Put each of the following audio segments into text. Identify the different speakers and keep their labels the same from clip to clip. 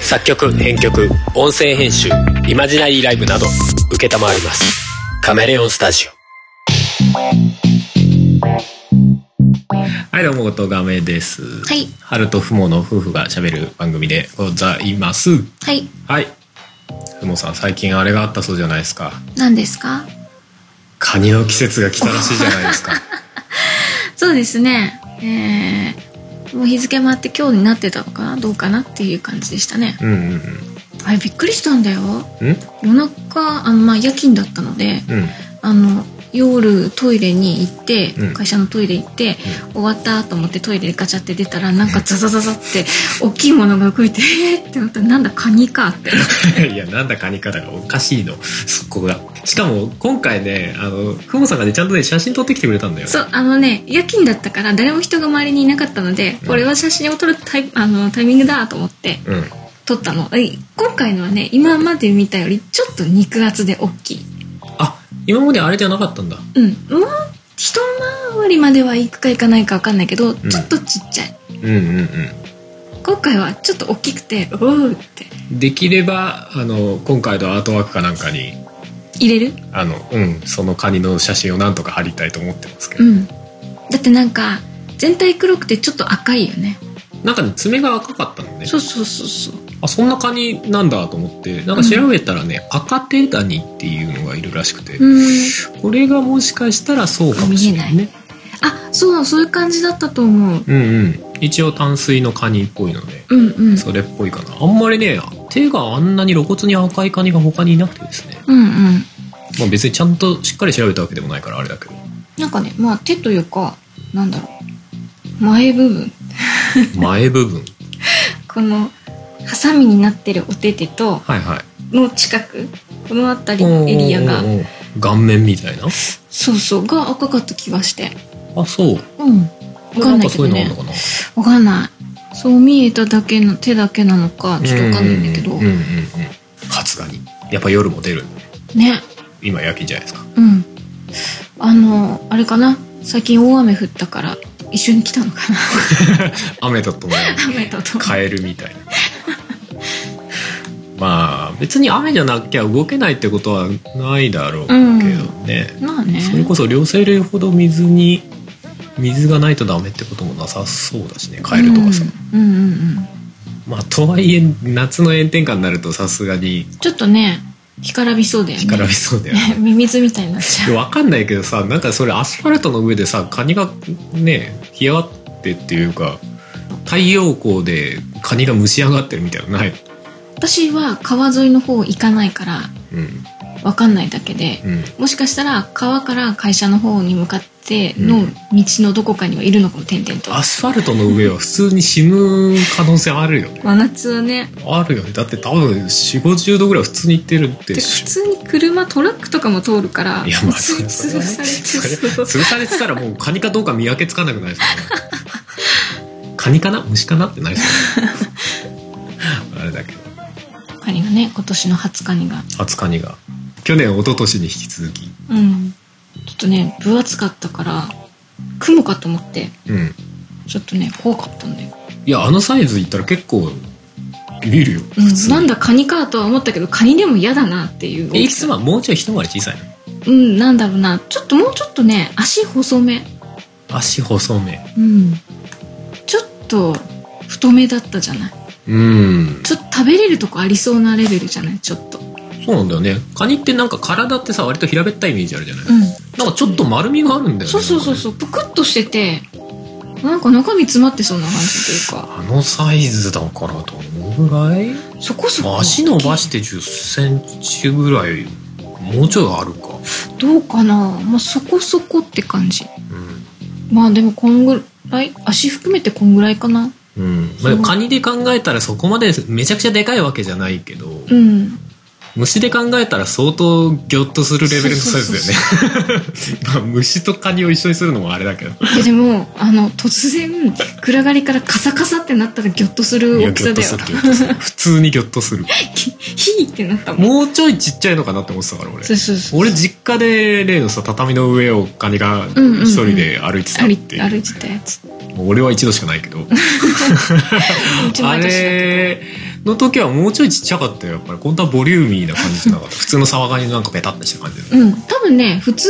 Speaker 1: 作曲編曲音声編集イマジナリーライブなど承りますカメレオンスタジ
Speaker 2: はい、どうも、とがめです。はい。春とふもの夫婦が喋る番組でございます。
Speaker 3: はい
Speaker 2: はい。ふもさん、最近あれがあったそうじゃないですか。
Speaker 3: 何ですか
Speaker 2: カニの季節が来たらしいじゃないです か。
Speaker 3: そうですねえー、もう日付もあって今日になってたのかなどうかなっていう感じでしたね
Speaker 2: うんうん
Speaker 3: あれびっくりしたんだよ
Speaker 2: うん。ん
Speaker 3: 夜中あのまあ夜勤だったので、
Speaker 2: うん。
Speaker 3: あの夜トイレに行って、
Speaker 2: うん
Speaker 3: 会社のトイレ行って、終わったと思ってトイレでガチャって出たらなんかザザザザって 大きいものが動いて えーって思ったらなんだカニか って
Speaker 2: いやなんだかにかだがおかしいのそこがしかも今回ねあのふもさんがねちゃんとね写真撮ってきてくれたんだよ
Speaker 3: そうあのね夜勤だったから誰も人が周りにいなかったので、
Speaker 2: うん
Speaker 3: これは写真を撮るタイあのタイミングだと思って
Speaker 2: うん
Speaker 3: 撮ったのえ今回のはね今まで見たよりちょっと肉厚で大きい
Speaker 2: あ今まであれじゃなかったんだ
Speaker 3: うんもう一回りまでは行くか行かないか分かんないけど、ちょっとちっちゃい
Speaker 2: うんうんうん
Speaker 3: 今回はちょっと大きくておおって
Speaker 2: できればあの今回のアートワークかなんかに
Speaker 3: 入れる
Speaker 2: あのうんそのカニの写真をなんとか貼りたいと思ってますけ
Speaker 3: う
Speaker 2: ど、
Speaker 3: んだってなんか全体黒くてちょっと赤いよね
Speaker 2: なんかね爪が赤かったのね
Speaker 3: そうそうそうそう
Speaker 2: あそんなカニなんだと思ってなんか調べたらね、赤手ダニっていうのがいるらしくて、
Speaker 3: うん
Speaker 2: これがもしかしたらそうかもしれないね
Speaker 3: あそうそういう感じだったと思う
Speaker 2: うんうん一応淡水のカニっぽいので
Speaker 3: うんうん
Speaker 2: それっぽいかなあんまりね手があんなに露骨に赤いカニが他にいなくてですね、
Speaker 3: うんうん
Speaker 2: まあ、別にちゃんとしっかり調べたわけでもないからあれだけど
Speaker 3: なんかねまあ手というかなんだろう前部分
Speaker 2: 前部分
Speaker 3: このハサミになってるお手手と
Speaker 2: はいはい
Speaker 3: の近くこの辺りのエリアが
Speaker 2: おーおーおー顔面みたいな
Speaker 3: そうそうが赤かった気がして
Speaker 2: あそう
Speaker 3: うん分かんないけど
Speaker 2: んかそうい
Speaker 3: ね
Speaker 2: うのあんのかな
Speaker 3: 分かんないそう見えただけの手だけなのかちょっと分かんないんだけど
Speaker 2: うんうんうんうん初ガニやっぱ夜も出る
Speaker 3: ね
Speaker 2: 今夜勤じゃないですか
Speaker 3: うんあのあれかな最近大雨降ったから一緒に来たのかな
Speaker 2: 雨だと思う
Speaker 3: 雨だと
Speaker 2: カエルみたいなまあ別に雨じゃなきゃ動けないってことはないだろうけどね、
Speaker 3: まあね
Speaker 2: それこそ両生類ほど水に水がないとダメってこともなさそうだしねカエルとかさ、
Speaker 3: うん、うんうんうん
Speaker 2: まあとはいえ夏の炎天下になるとさすがに
Speaker 3: ちょっとね干からびそうだよね
Speaker 2: 干からびそうだよね
Speaker 3: ね ミミズみたいになっちゃう
Speaker 2: わかんないけどさなんかそれアスファルトの上でさカニがね干上がってっていうか太陽光でカニが蒸し上がってるみたいなのない、
Speaker 3: 私は川沿いの方行かないから
Speaker 2: うん
Speaker 3: わかんないだけで
Speaker 2: うん、
Speaker 3: もしかしたら川から会社の方に向かっての道のどこかにはいるのかも点々と、
Speaker 2: アスファルトの上は普通に死ぬ可能性あるよね
Speaker 3: 真夏はね
Speaker 2: あるよねだって多分4 5 0度ぐらい普通に行ってるって
Speaker 3: で普通に車トラックとかも通るから
Speaker 2: いやまあ
Speaker 3: 普 通に
Speaker 2: そ
Speaker 3: 潰
Speaker 2: れ
Speaker 3: されて
Speaker 2: それ
Speaker 3: そう
Speaker 2: 潰されてたらもうカニかどうか見分けつかなくないですか、ね、カニかな虫かなってなりそうだねあれだけど
Speaker 3: カニがね今年の初カニが
Speaker 2: 初カニが去年一昨年に引き続き
Speaker 3: うんちょっとね分厚かったから雲かと思って
Speaker 2: うん
Speaker 3: ちょっとね怖かったんだよ、
Speaker 2: いやあのサイズいったら結構ビビるよ、
Speaker 3: う
Speaker 2: 普
Speaker 3: ん、
Speaker 2: 通
Speaker 3: なんだカニかとは思ったけどカニでも嫌だなっていう
Speaker 2: えいつもはもうちょい一回り小さいの
Speaker 3: うんなんだろうなちょっともうちょっとね足細め
Speaker 2: 足細め
Speaker 3: うんちょっと太めだったじゃない
Speaker 2: うん
Speaker 3: ちょっと食べれるとこありそうなレベルじゃないちょっとうん
Speaker 2: そうなんだよねカニってなんか体ってさ割と平べったいイメージあるじゃない、なんかちょっと丸みがあるんだよね
Speaker 3: そうそうそうそうぷくっとしててなんか中身詰まってそうな感じというか
Speaker 2: あのサイズだからどのぐらい
Speaker 3: そこそこ
Speaker 2: 足伸ばして1 0ンチぐらいもうちょいあるか、
Speaker 3: どうかなまあそこそこって感じ
Speaker 2: う
Speaker 3: まあでもこんぐらい足含めてこんぐらいかなん
Speaker 2: うんまあ、でもカニで考えたらそこまでめちゃくちゃでかいわけじゃないけど、
Speaker 3: うん
Speaker 2: 虫で考えたら相当ギョッとするレベルのサイズだよね まあ虫とカニを一緒にするのもあれだけど
Speaker 3: いやでもあの突然暗がりからカサカサってなったらギョッとする
Speaker 2: いや
Speaker 3: 大き
Speaker 2: ギョ
Speaker 3: さ
Speaker 2: ッと
Speaker 3: だ
Speaker 2: す
Speaker 3: よ
Speaker 2: るギョッとする普通にギョッとする
Speaker 3: ヒーってなったもん
Speaker 2: もうちょいちっちゃいのかなって思ってたから俺
Speaker 3: そうそうそう
Speaker 2: 俺実家で例のさ畳の上をカニが
Speaker 3: うんうんうん
Speaker 2: 一人で歩いてたっ
Speaker 3: 歩い
Speaker 2: ていう,、
Speaker 3: 歩いてたやつ
Speaker 2: もう俺は一度しかないけど
Speaker 3: うち
Speaker 2: あ
Speaker 3: 毎年だけ
Speaker 2: れの時はもうちょいちっちゃかったよやっぱりこんなボリューミーな感じじゃなかった普通の騒がりのなんかペタッとした感じだね
Speaker 3: うん多分ね普通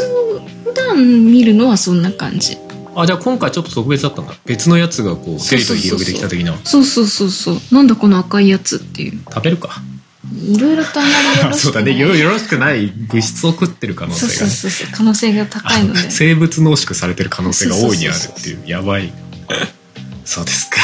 Speaker 3: 普段見るのはそんな感じ
Speaker 2: あじゃあ今回ちょっと特別だったんだ別のやつがこうテリトリー広げてきた的な
Speaker 3: そうそうそうそうなんだこの赤いやつっていう
Speaker 2: 食べるか
Speaker 3: いろいろとあんまりよろ しく
Speaker 2: そうだねよよろしくない物質を食ってる可能性
Speaker 3: そう
Speaker 2: がね
Speaker 3: そうそうそう可能性が高いので
Speaker 2: あの生物濃縮されてる可能性が大いにあるって
Speaker 3: そうそう
Speaker 2: いうやばいそうですか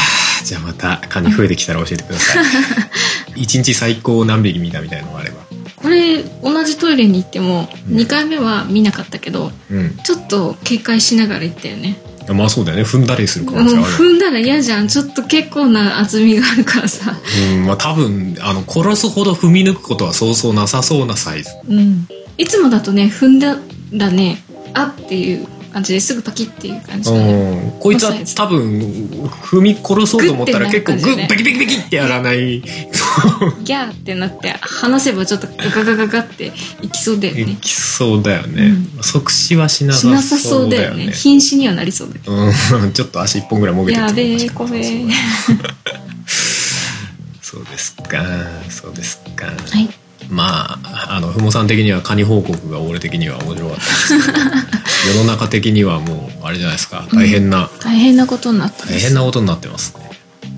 Speaker 2: じゃあまたカニ増えてきたら教えてくださ い一日最高何匹見たみたいのがあれば
Speaker 3: これ同じトイレに行っても
Speaker 2: うん
Speaker 3: 2回目は見なかったけど
Speaker 2: うん
Speaker 3: ちょっと警戒しながら行ったよね
Speaker 2: まあそうだよね踏んだりする可
Speaker 3: もう
Speaker 2: 能性ある
Speaker 3: 踏んだら嫌じゃんちょっと結構な厚みがあるからさ
Speaker 2: うんまあ多分あの殺すほど踏み抜くことはそうそうなさそうなサイズ
Speaker 3: うんいつもだとね踏んだらねあっていう感じですぐパキっていう感じだね
Speaker 2: うんこいつは多分踏み殺そうと思ったら結構グ
Speaker 3: グッて
Speaker 2: ッ
Speaker 3: なる感じね
Speaker 2: ペキペキペキってやらない
Speaker 3: ギャーってなって離せばちょっとガガガガガっていきそうだよ
Speaker 2: い
Speaker 3: ね
Speaker 2: きそうだよね、即死はしな
Speaker 3: しなさ
Speaker 2: さ
Speaker 3: そ
Speaker 2: そうう
Speaker 3: だ
Speaker 2: だ
Speaker 3: よ
Speaker 2: よ
Speaker 3: ね
Speaker 2: ね
Speaker 3: 瀕死にはなりそうだけ
Speaker 2: うん、 ちょっと足一本ぐらいも
Speaker 3: ど
Speaker 2: げて
Speaker 3: や
Speaker 2: る
Speaker 3: べ
Speaker 2: と
Speaker 3: え
Speaker 2: 思
Speaker 3: こ
Speaker 2: う
Speaker 3: べえ
Speaker 2: そうですかそうですか
Speaker 3: はい
Speaker 2: まああのふもさん的にはカニ報告が俺的には面白かったです けど世の中的にはもうあれじゃないですか大変な、
Speaker 3: 大変なことになったんで
Speaker 2: 大
Speaker 3: す
Speaker 2: 変なことになってますね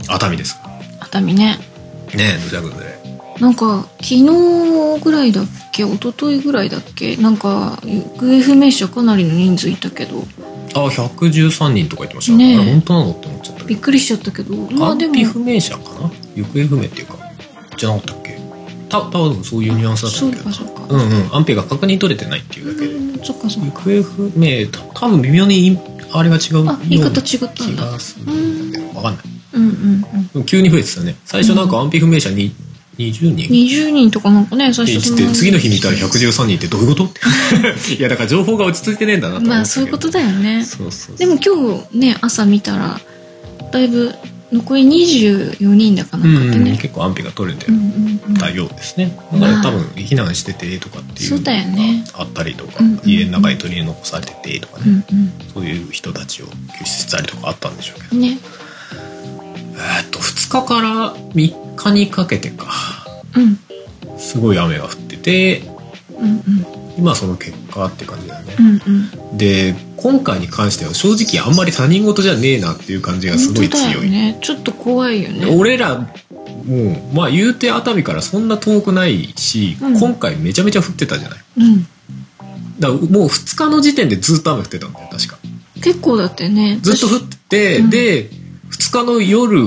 Speaker 2: 熱海ですか
Speaker 3: 熱海ね
Speaker 2: ねえ土砂崩れ
Speaker 3: なんか昨日ぐらいだっけ一昨日ぐらいだっけなんか行方不明者かなりの人数いたけど
Speaker 2: あ113人とか言ってました
Speaker 3: ねえ
Speaker 2: あれ本当なのって思っちゃったけ
Speaker 3: びっ
Speaker 2: ど
Speaker 3: くりしちゃったけどまあ
Speaker 2: 安
Speaker 3: でも
Speaker 2: 否不明者かな行方不明っていうかじゃなかったっけた多分そういうニュアンスだった
Speaker 3: そ
Speaker 2: ん
Speaker 3: う
Speaker 2: だけど
Speaker 3: かそうか、
Speaker 2: うんうん安否が確認取れてないっていうだけで
Speaker 3: うんそっかそっ
Speaker 2: 行
Speaker 3: か
Speaker 2: 方不明た多分微妙にいあれが違うような
Speaker 3: あ言い方
Speaker 2: 気
Speaker 3: 違ったんだ
Speaker 2: がするんだけど分かんない
Speaker 3: うんうんうん
Speaker 2: でも急に増えてたね最初なんか安否不明者に20人って
Speaker 3: 20人とかなんかね最
Speaker 2: 言
Speaker 3: 初
Speaker 2: っ
Speaker 3: そ
Speaker 2: てて次の日見たら113人ってどういうこと いやだから情報が落ち着いてねえんだなと思ったけど
Speaker 3: まあそういうことだよね
Speaker 2: そうそうそう
Speaker 3: でも今日ね朝見たらだいぶ残り24人だか
Speaker 2: う
Speaker 3: なんんかで
Speaker 2: うん、
Speaker 3: ね、
Speaker 2: 結構安否が取れて
Speaker 3: うんうんうん
Speaker 2: たようですね、だから多分避難しててとかっていう
Speaker 3: そうだよね
Speaker 2: あったりとか、
Speaker 3: うんうんうん
Speaker 2: 家の中に取り残されててとか
Speaker 3: う
Speaker 2: ね、
Speaker 3: ん
Speaker 2: そういう人たちを救出したりとかあったんでしょうけど
Speaker 3: うんね
Speaker 2: えーっと2日から3日にかけてか
Speaker 3: うん
Speaker 2: すごい雨が降ってて
Speaker 3: うんうん
Speaker 2: 今その結果って感じだよね
Speaker 3: う、んうん
Speaker 2: で今回に関しては正直あんまり他人事じゃねえなっていう感じがすごい
Speaker 3: 本当
Speaker 2: 強
Speaker 3: だよ
Speaker 2: い、
Speaker 3: ねちょっと怖いよね
Speaker 2: 俺らもうまあ言うて熱海からそんな遠くないし、
Speaker 3: うん
Speaker 2: 今回めちゃめちゃ降ってたじゃない
Speaker 3: うん
Speaker 2: だからもう2日の時点でずっと雨降ってたんだよ確か
Speaker 3: 結構だったよね
Speaker 2: ずっと降ってて、
Speaker 3: うん
Speaker 2: で2日の夜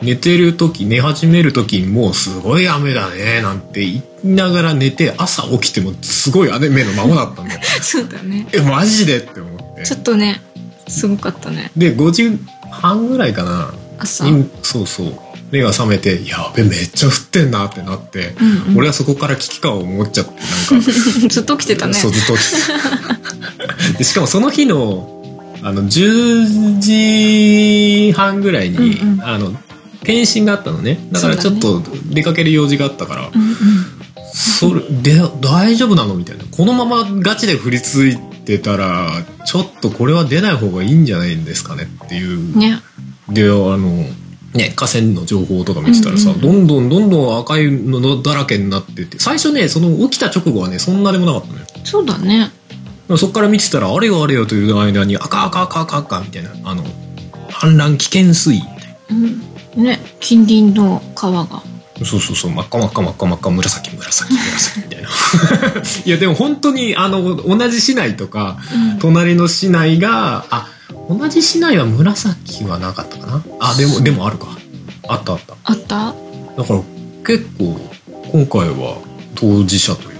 Speaker 2: 寝てる時寝始める時にもうすごい雨だねなんて言いながら寝て朝起きてもすごい雨のままだったんだよ
Speaker 3: そうだね
Speaker 2: えマジでって思って
Speaker 3: ちょっとねすごかったね
Speaker 2: で5時半ぐらいかな
Speaker 3: 朝、
Speaker 2: にそうそう目が覚めて「やべめっちゃ降ってんな」ってなって、
Speaker 3: うんうん
Speaker 2: 俺はそこから危機感を持っちゃってなんか
Speaker 3: ずっと起きてたね
Speaker 2: そうずっと起きてでしかもその日のあの10時半ぐらいに、
Speaker 3: うんうん
Speaker 2: あの検診があったのねだからちょっと出かける用事があったから
Speaker 3: うんうん
Speaker 2: そ,、れで大丈夫なのみたいなこのままガチで降りついてたらちょっとこれは出ない方がいいんじゃないんですかねっていう、
Speaker 3: ね
Speaker 2: であのね河川の情報とか見てたらさ、
Speaker 3: うんうん
Speaker 2: どんどんどんどん赤いのだらけになってて最初ねその起きた直後はねそんなでもなかったのよ
Speaker 3: そうだね
Speaker 2: そこから見てたら、あれよあれよという間に、赤赤赤赤赤みたいな、あの、氾濫危険水位みたい
Speaker 3: うんね近隣の川が
Speaker 2: な。そうそうそう、真っ赤真っ赤真っ赤真っ赤、紫紫紫みたいな。 いや、でも本当に、あの、同じ市内とか、
Speaker 3: うん
Speaker 2: 隣の市内が、あ、同じ市内は紫はなかったかな。あ、でも、でもあるか。あったあった。
Speaker 3: あった
Speaker 2: だから、結構、今回は当事者というか、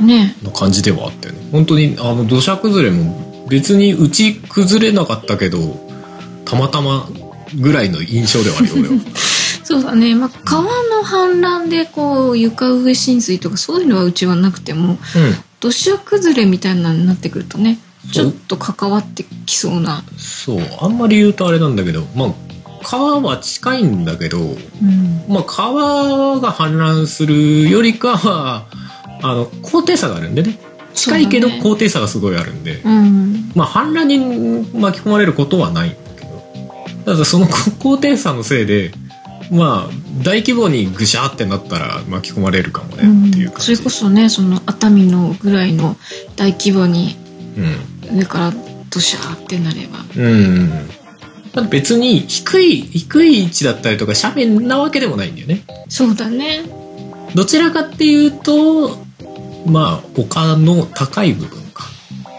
Speaker 3: ね
Speaker 2: な感じではあったよね本当にあの土砂崩れも別にうち崩れなかったけどたまたまぐらいの印象ではあるよ俺は
Speaker 3: そうだね、まあ、川の氾濫でこう床上浸水とかそういうのはうちはなくても 土砂崩れみたいなのになってくるとねち
Speaker 2: そ
Speaker 3: ょっ
Speaker 2: う
Speaker 3: と関わってきそうな、
Speaker 2: そうあんまり言うとあれなんだけどまあ川は近いんだけど、
Speaker 3: うん、
Speaker 2: まあ、川が氾濫するよりかはあの高低差があるんでね近いけど
Speaker 3: そうだね
Speaker 2: 高低差がすごいあるんで、
Speaker 3: うん、
Speaker 2: まあ氾濫に巻き込まれることはないんだけどただその高低差のせいでまあ大規模にぐしゃってなったら巻き込まれるかも
Speaker 3: う
Speaker 2: ね
Speaker 3: ん
Speaker 2: っていう感
Speaker 3: そ
Speaker 2: じ、うん、
Speaker 3: れこそねその熱海のぐらいの大規模に上からドシャーってなれば
Speaker 2: うんまあ別に低い低い位置だったりとか斜面なわけでもないんだよね
Speaker 3: そうだね
Speaker 2: どちらかっていうとまあ丘の高い部分か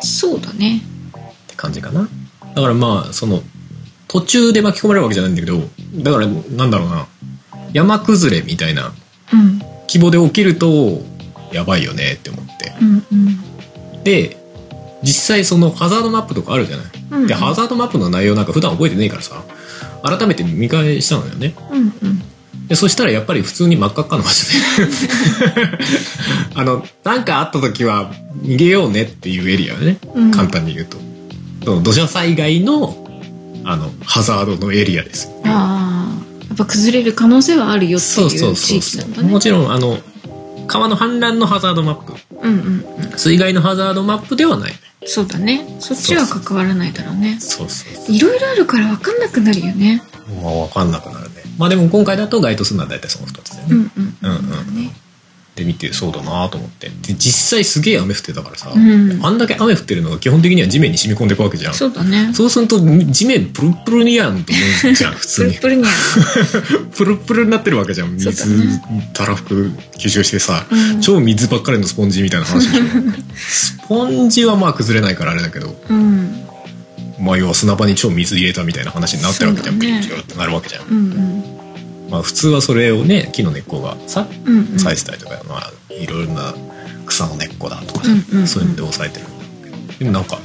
Speaker 3: そうだね
Speaker 2: って感じかなだからまあその途中で巻き込まれるわけじゃないんだけどだからなんだろうな山崩れみたいな
Speaker 3: うん
Speaker 2: 規模で起きるとやばいよねって思って
Speaker 3: うん
Speaker 2: で実際そのハザードマップとかあるじゃない、
Speaker 3: うんうん
Speaker 2: でハザードマップの内容なんか普段覚えてねえからさ改めて見返したのよね
Speaker 3: うんうん
Speaker 2: でそしたらやっぱり普通に真っ赤っかな場所であのなんかあった時は逃げようねっていうエリアだね、
Speaker 3: うん
Speaker 2: 簡単に言うとその土砂災害のあのハザードのエリアです
Speaker 3: ああやっぱ崩れる可能性はあるよって
Speaker 2: そう
Speaker 3: い
Speaker 2: そう
Speaker 3: う
Speaker 2: そ
Speaker 3: 地
Speaker 2: う
Speaker 3: 域
Speaker 2: そ
Speaker 3: な
Speaker 2: うん
Speaker 3: だね
Speaker 2: もちろんあの川の氾濫のハザードマップ
Speaker 3: うんうん
Speaker 2: 水害のハザードマップではない
Speaker 3: そうだねそっちは関わらないだろうね
Speaker 2: そうそうそ
Speaker 3: いろいろあるから分かんなくなるよね
Speaker 2: うもう分かんなくなるねまあでも今回だと該当するのは大体その2つだよね、
Speaker 3: うんうん
Speaker 2: うんうん
Speaker 3: ね
Speaker 2: で見てそうだなと思ってで実際すげえ雨降ってたからさ、
Speaker 3: うん
Speaker 2: あんだけ雨降ってるのが基本的には地面に染み込んでいくわけじゃん
Speaker 3: そうだね
Speaker 2: そうすると地面プルプルにやんと思うじゃん普
Speaker 3: プ
Speaker 2: 通
Speaker 3: ル
Speaker 2: に
Speaker 3: プルにあ
Speaker 2: プルプルになってるわけじゃん
Speaker 3: そうだね
Speaker 2: 水たらふく吸収してさ、
Speaker 3: うん
Speaker 2: 超水ばっかりのスポンジみたいな話でしょ スポンジはまあ崩れないからあれだけど
Speaker 3: るうん
Speaker 2: まあ要は砂場に超水入れたみたいな話になってるわけじゃん、
Speaker 3: そうだね
Speaker 2: ピューってなるわけじゃん、
Speaker 3: うんうん
Speaker 2: まあ、普通はそれをね木の根っこがさ
Speaker 3: うんうん
Speaker 2: 咲いてたりとか、まあいろいろな草の根っこだとかさ、
Speaker 3: うんうんうん
Speaker 2: そういうので抑えてるんだけどでもなんか、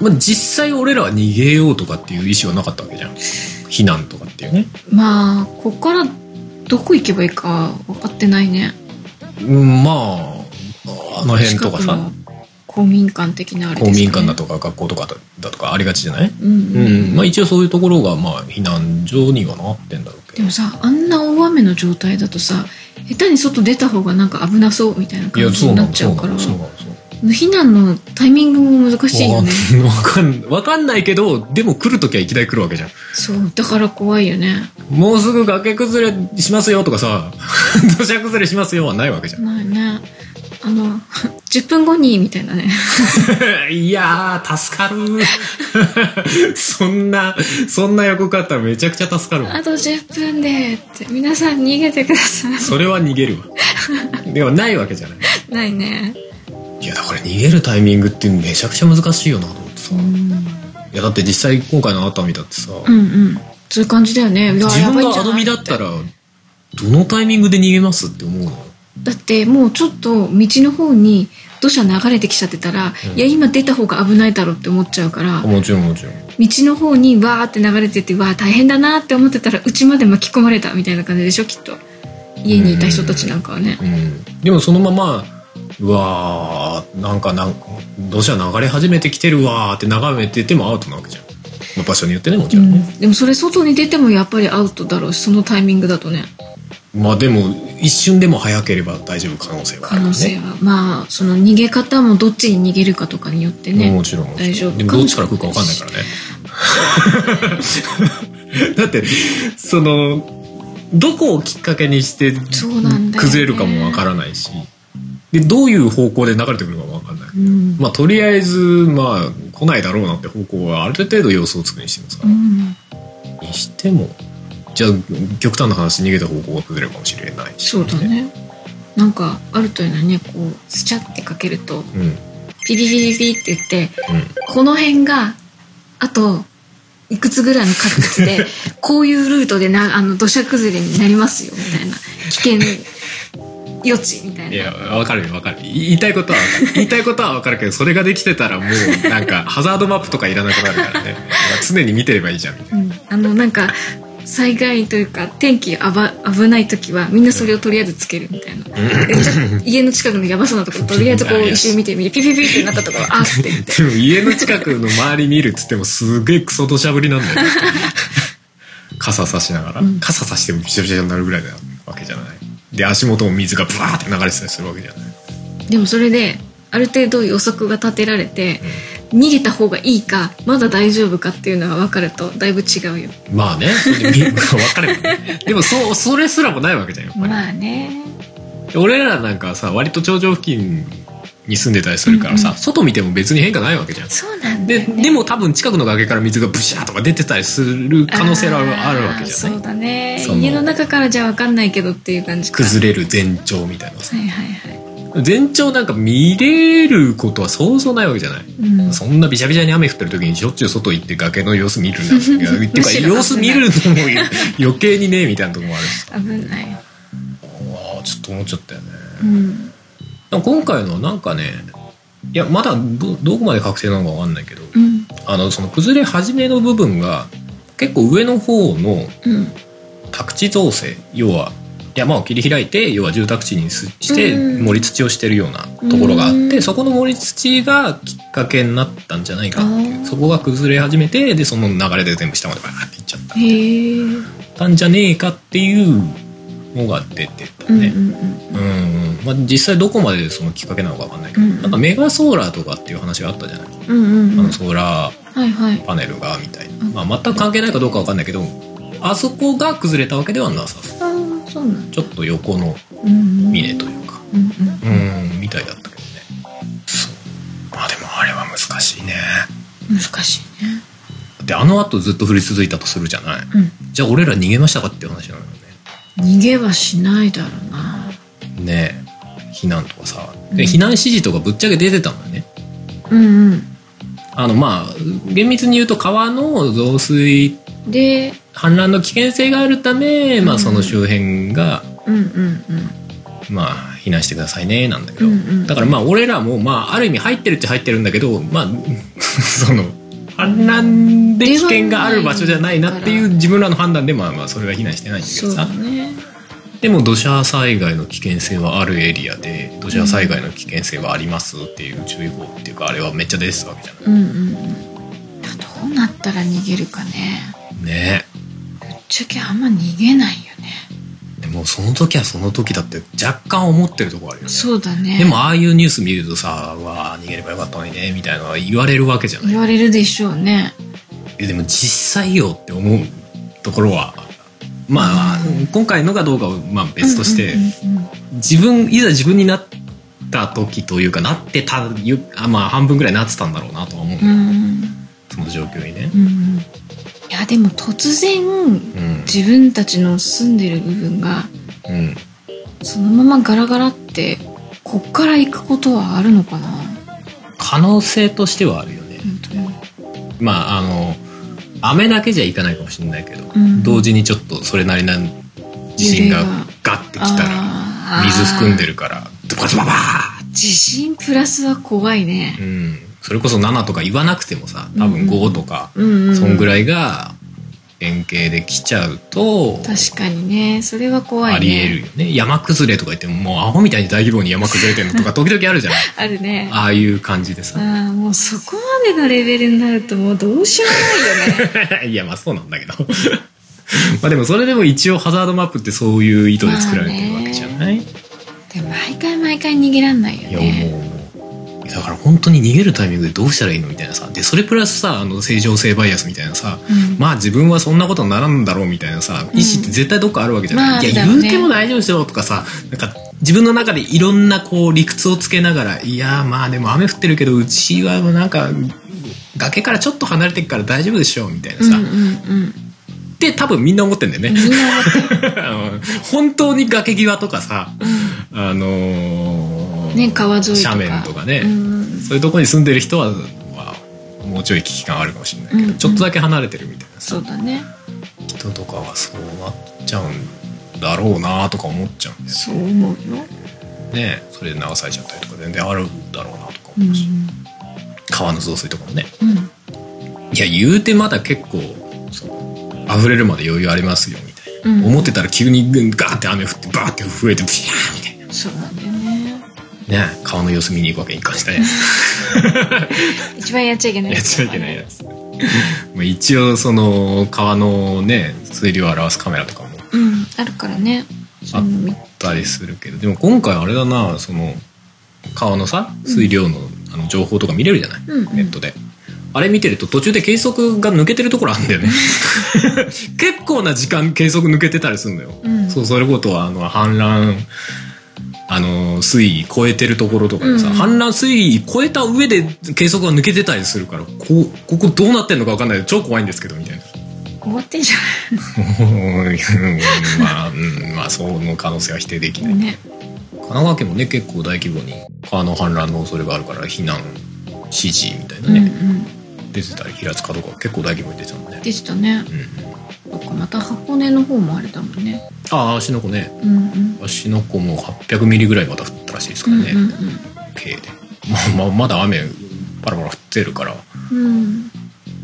Speaker 2: まあ、実際俺らは逃げようとかっていう意思はなかったわけじゃん避難とかっていうね
Speaker 3: まあここからどこ行けばいいか分かってないね
Speaker 2: うんまああの辺とか
Speaker 3: 近く
Speaker 2: さ
Speaker 3: の公民館的なあれで
Speaker 2: 公
Speaker 3: すか、ね、
Speaker 2: 民館だとか学校とかだだとかありがちじゃない、
Speaker 3: うん、
Speaker 2: う
Speaker 3: うん
Speaker 2: んまあ、一応そういうところがまあ避難所にはなってんだろうけ
Speaker 3: で
Speaker 2: ど
Speaker 3: もさあんな大雨の状態だとさ下手に外出た方がなんか危なそうみたいない
Speaker 2: や
Speaker 3: 感じ
Speaker 2: そう
Speaker 3: に
Speaker 2: な
Speaker 3: な
Speaker 2: の
Speaker 3: っちゃうから
Speaker 2: そうなのそうなの
Speaker 3: 避難のタイミングも難しいよね
Speaker 2: わかんわかんないけどでも来る時はいきなり来るわけじゃん
Speaker 3: そうだから怖いよね
Speaker 2: もうすぐ崖崩れしますよとかさ 土砂崩れしますよはないわけ じゃん
Speaker 3: ないねあの 10分後にみたいなね
Speaker 2: いやー助かる そんなそんな予告あったらめちゃくちゃ助かるわ
Speaker 3: あと10分でって皆さん逃げてくださ
Speaker 2: それは逃げるわでもないわけじゃない
Speaker 3: い ないね
Speaker 2: いやだから逃げるタイミングってめちゃくちゃ難しいよなと思ってさ、
Speaker 3: う
Speaker 2: い
Speaker 3: ん
Speaker 2: やだって実際今回の熱海だってさ、
Speaker 3: うんうんそういう感じだよねいや
Speaker 2: 自
Speaker 3: やば
Speaker 2: 分
Speaker 3: いんじ
Speaker 2: がア
Speaker 3: ゃな
Speaker 2: ド
Speaker 3: い
Speaker 2: ミだったらどのタイミングで逃げますって思うのよ
Speaker 3: だってもうちょっと道の方に土砂流れてきちゃってたら、
Speaker 2: うん
Speaker 3: いや今出た方が危ないだろうって思っちゃうから
Speaker 2: あ
Speaker 3: 道
Speaker 2: もちろんもちろん
Speaker 3: の方にわーって流れててわー大変だなーって思ってたらうちまで巻き込まれたみたいな感じでしょきっと家にいた人たちなんかはね
Speaker 2: うん、でもそのままうわーなんかなんか土砂流れ始めてきてるわーって眺めててもアウトなわけじゃん、まあ、場所によってねもち
Speaker 3: う
Speaker 2: ろんね、
Speaker 3: ん、でもそれ外に出てもやっぱりアウトだろうしそのタイミングだとね
Speaker 2: まあでも一瞬でも早ければ大丈夫可能性はあ
Speaker 3: 可
Speaker 2: るよ
Speaker 3: 能性
Speaker 2: ね
Speaker 3: は、まあその逃げ方もどっちに逃げるかとかによってね
Speaker 2: もちろんも
Speaker 3: 大
Speaker 2: ち
Speaker 3: 丈
Speaker 2: ろ
Speaker 3: 夫
Speaker 2: んでもどっちから来るか分かんないからね だってそのどこをきっかけにして
Speaker 3: そうなんだよね
Speaker 2: 崩れるかも分からないしでどういう方向で流れてくるかも分かんない
Speaker 3: うん、
Speaker 2: まあとりあえずまあ来ないだろうなって方向はある程度予想つくにしてもさ、
Speaker 3: うん、
Speaker 2: にしてもじゃあ極端な話逃げた方向が崩れるかもしれないし、
Speaker 3: そうだねなんかあるというのはねこうスチャってかけると
Speaker 2: うんうん
Speaker 3: ピリピリピリって言ってこの辺があといくつぐらいの確率 でこういうルートでなあの土砂崩れになりますよみたいな危険予知みた
Speaker 2: い
Speaker 3: いな
Speaker 2: や分かるよ分かるい言いたいことは分か る言いたいことは分かるけどそれができてたらもうなんかハザードマップとかいらなくなるからねだから常に見てればいいじゃんみたいな
Speaker 3: うん、あのなんか災害というか天気あば危ない時はみんなそれをとりあえずつけるみたいなでちょっと家の近くのやばそうなと ころとりあえずこう一周見てみるピピピってなったところあーって言っ
Speaker 2: で
Speaker 3: て
Speaker 2: も家の近くの周り見るっつってもすげえクソ土砂降りなんだよね傘さしながら、
Speaker 3: うん
Speaker 2: 傘さしてもびしょびしょになるぐらいなわけじゃないで足元も水がブワーって流れてたりするわけじゃない
Speaker 3: でもそれである程度予測が立てられて、逃げた方がいいかまだ大丈夫かっていうのが分かるとだいぶ違うよ
Speaker 2: まあねそれでみ 分かればねでもそうそれすらもないわけじゃんやっぱり、
Speaker 3: まあね
Speaker 2: 俺らなんかさ割と頂上付近に住んでたりするからさ、
Speaker 3: うんう
Speaker 2: 外見ても別に変化ないわけじゃん
Speaker 3: そうなんだ
Speaker 2: で
Speaker 3: よ、ね、
Speaker 2: でも多分近くの崖から水がブシャーとか出てたりする可能性はあるあるわけじゃ
Speaker 3: あーそ
Speaker 2: な
Speaker 3: う
Speaker 2: い
Speaker 3: だね
Speaker 2: その
Speaker 3: 家の中からじゃ分かんないけどっていう感じか
Speaker 2: 崩れる前兆みたいなさ
Speaker 3: はいはいは
Speaker 2: 前兆なんか見れることは想像ないわけじゃない、
Speaker 3: い、うん、
Speaker 2: そんなびしゃびしゃに雨降ってる時にしょっちゅう外行って崖の様子見る なんていやって
Speaker 3: む
Speaker 2: か
Speaker 3: しろ
Speaker 2: 様子見るのも余計にねみたいなとこもあるし
Speaker 3: 危ない、
Speaker 2: ああちょっと思っちゃったよね
Speaker 3: うん
Speaker 2: でも今回のはなんかねいやまだどどこまで確定なのかわかんないけど
Speaker 3: うん
Speaker 2: あのその崩れ始めの部分が結構上の方の
Speaker 3: うん
Speaker 2: 宅地造成要は山を切り開いて要は住宅地にすして
Speaker 3: うん
Speaker 2: 盛り土をしてるようなところがあって、
Speaker 3: うん
Speaker 2: そこの盛り土がきっかけになったんじゃないかってい
Speaker 3: あ
Speaker 2: う
Speaker 3: ー
Speaker 2: そこが崩れ始めてでその流れで全部下までバーっていっちゃった
Speaker 3: へえ、
Speaker 2: たんじゃねえかっていうのが出てた
Speaker 3: うんうん
Speaker 2: ね。うん
Speaker 3: うん
Speaker 2: うんまあ、実際どこまでそのきっかけなのかわかんないけど、
Speaker 3: うんうん
Speaker 2: なんかメガソーラーとかっていう話があったじゃない、
Speaker 3: うんうん
Speaker 2: あ
Speaker 3: うん
Speaker 2: のソーラー
Speaker 3: はいはい
Speaker 2: パネルがみたいな、
Speaker 3: うん
Speaker 2: まあ、全く関係ないかどうかわかんないけどあそこが崩れたわけではなさそう
Speaker 3: ああそうなんだ
Speaker 2: ちょっと横の
Speaker 3: うんうん
Speaker 2: 峰というか
Speaker 3: うんうん
Speaker 2: うんみたいだったけどねそうまあでもあれは難しいね
Speaker 3: 難しいね
Speaker 2: であの後ずっと降り続いたとするじゃない
Speaker 3: うん
Speaker 2: じゃあ俺ら逃げましたかっていう話なのよ
Speaker 3: 逃げはしないだろうな
Speaker 2: ねねえ避難とかさで
Speaker 3: うん
Speaker 2: 避難指示とかぶっちゃけ出てたんだよね
Speaker 3: うんうん
Speaker 2: あのまあ厳密に言うと川の増水
Speaker 3: で
Speaker 2: 氾濫の危険性があるため、まあ、その周辺が、
Speaker 3: うんうんうん
Speaker 2: まあ避難してくださいねなんだけど、
Speaker 3: うんうん
Speaker 2: だからまあ俺らもまあある意味入ってるっちゃ入ってるんだけどまあ その氾濫で危険がある場所じゃないなっていう自分らの判断でまあまあそれは避難してないんだけ
Speaker 3: そ
Speaker 2: ど
Speaker 3: うだ
Speaker 2: さ、
Speaker 3: ね
Speaker 2: でも土砂災害の危険性はあるエリアで土砂災害の危険性はありますっていう注意報っていうかあれはめっちゃ出てたわけじゃな
Speaker 3: うんうんうんどうなったら逃げるかね
Speaker 2: いね
Speaker 3: ぶっちゃけあんま逃げないよね
Speaker 2: でもその時はその時だって若干思ってるとこあるよね
Speaker 3: そうだね
Speaker 2: でもああいうニュース見るとさ「うわあ逃げればよかったのにね」みたいなのは言われるわけじゃない
Speaker 3: 言われるでしょうね
Speaker 2: えでも実際よって思うところはまあ、
Speaker 3: うん
Speaker 2: 今回のかどうかはまあ別として、
Speaker 3: うんうんうん
Speaker 2: 自分いざ自分になった時というかなってたゆあまあ半分ぐらいなってたんだろうなとは思う、
Speaker 3: うんうん
Speaker 2: その状況にね
Speaker 3: う、んうんいやでも突然
Speaker 2: うん
Speaker 3: 自分たちの住んでる部分が
Speaker 2: うん、
Speaker 3: そのままガラガラってこっから行くことはあるのかな
Speaker 2: 可能性としてはあるよね、
Speaker 3: 本当に
Speaker 2: まああの雨だけじゃいかないかもしれないけど、
Speaker 3: うん
Speaker 2: 同時にちょっとそれなりな地震がガッてきたら
Speaker 3: ら
Speaker 2: 水含んで
Speaker 3: る
Speaker 2: るからドバドババーって
Speaker 3: 地震プラスは怖いね
Speaker 2: うん、それこそ7とか言わなくてもさ多分5とか、
Speaker 3: うんうん、うん、
Speaker 2: そんぐ
Speaker 3: い
Speaker 2: らいが円形で来ちゃうと
Speaker 3: 確かにねそれは怖いね
Speaker 2: ありえるよね山崩れとか言ってももうアホみたいに大規模に山崩れてるの とか時々あるじゃない
Speaker 3: あるね
Speaker 2: ああいう感じでさ
Speaker 3: ああもうそこまでのレベルになるともうどうしよ うもないよね
Speaker 2: いやまあそうなんだけど まあでもそれでも一応ハザードマップってそういう意図で作られてるわけじゃない、
Speaker 3: でも毎回毎回逃げらんないよ
Speaker 2: いや
Speaker 3: ね
Speaker 2: もうだから本当に逃げるタイミングでどうしたらいいのみたいなさでそれプラスさあの正常性バイアスみたいなさ、
Speaker 3: うん
Speaker 2: まあ自分はそんなことにならんだろうみたいなさ意思って絶対どっかあるわけじゃない、
Speaker 3: まあ
Speaker 2: いや
Speaker 3: あるだろ
Speaker 2: 言
Speaker 3: う
Speaker 2: う
Speaker 3: ね
Speaker 2: ても大丈夫ですよとかさなんか自分の中でいろんなこう理屈をつけながらいやーまあでも雨降ってるけどうちはなんか崖からちょっと離れてるから大丈夫でしょうみたいな
Speaker 3: うん
Speaker 2: さ、
Speaker 3: うん
Speaker 2: っ
Speaker 3: うん
Speaker 2: て多分みんな思ってんだよね
Speaker 3: みんな思ってる
Speaker 2: あの 本当に崖際とかさ、あのー
Speaker 3: ね川沿いとか
Speaker 2: 斜面とかね、
Speaker 3: うん
Speaker 2: そういうとこに住んでる人は、まあ、もうちょい危機感あるかもしれないけど、
Speaker 3: うんうん
Speaker 2: ちょっとだけ離れてるみたいな
Speaker 3: そう だね
Speaker 2: 人とかはそうなっちゃうんだろうなとか思っちゃうんだよ
Speaker 3: そう思うよ、
Speaker 2: ねねそれで流されちゃったりとか全然あるんだろうなとか
Speaker 3: うん
Speaker 2: 思うし、川の増水とかもね
Speaker 3: うん、
Speaker 2: いや言うてまだ結構その溢れるまで余裕ありますよみたいな、
Speaker 3: うん
Speaker 2: 思ってたら急にガーって雨降ってバーって増えてブシャーみたいな。
Speaker 3: そうなんだよね
Speaker 2: ね、川の様子見に行くわけにいかんしね
Speaker 3: 一番やっちゃいけない
Speaker 2: やっちゃいけないやつまあ一応その川のね水流を表すカメラとかもあっ
Speaker 3: うんあるからねそういうの見
Speaker 2: たりするけどでも今回あれだなその川のさ水量の,、あの情報とか見れるじゃない、
Speaker 3: うんうん
Speaker 2: ネットであれ見てると途中で計測が抜けてるところあるんだよ ね結構な時間計測抜けてたりするのよ、
Speaker 3: うん
Speaker 2: そうそれこそあの氾濫あの水位超えてるところとかでさ、
Speaker 3: うん
Speaker 2: 氾濫水位超えた上で計測が抜けてたりするからこうここどうなってんのか分かんないで超怖いんですけどみたいな
Speaker 3: 終わってんじ
Speaker 2: うんまあ、うん、まあその可能性は否定でき
Speaker 3: ゃ
Speaker 2: な
Speaker 3: ないいね
Speaker 2: 神奈川県もね結構大規模に川の氾濫の恐れがあるから避難指示みたいな
Speaker 3: うん
Speaker 2: ね、
Speaker 3: うん
Speaker 2: 出てたり平塚とか結構大規模に出てたもんね、
Speaker 3: でしたね
Speaker 2: うん、
Speaker 3: そっかまた箱根の方もあれだもんね
Speaker 2: ああ芦ノ湖ね
Speaker 3: うんうん
Speaker 2: 芦ノ湖も800ミリぐらいまた降ったらしいです
Speaker 3: う
Speaker 2: から
Speaker 3: ん
Speaker 2: ね、計で、まあ、まあまだ雨パラパラ降ってるから、
Speaker 3: うん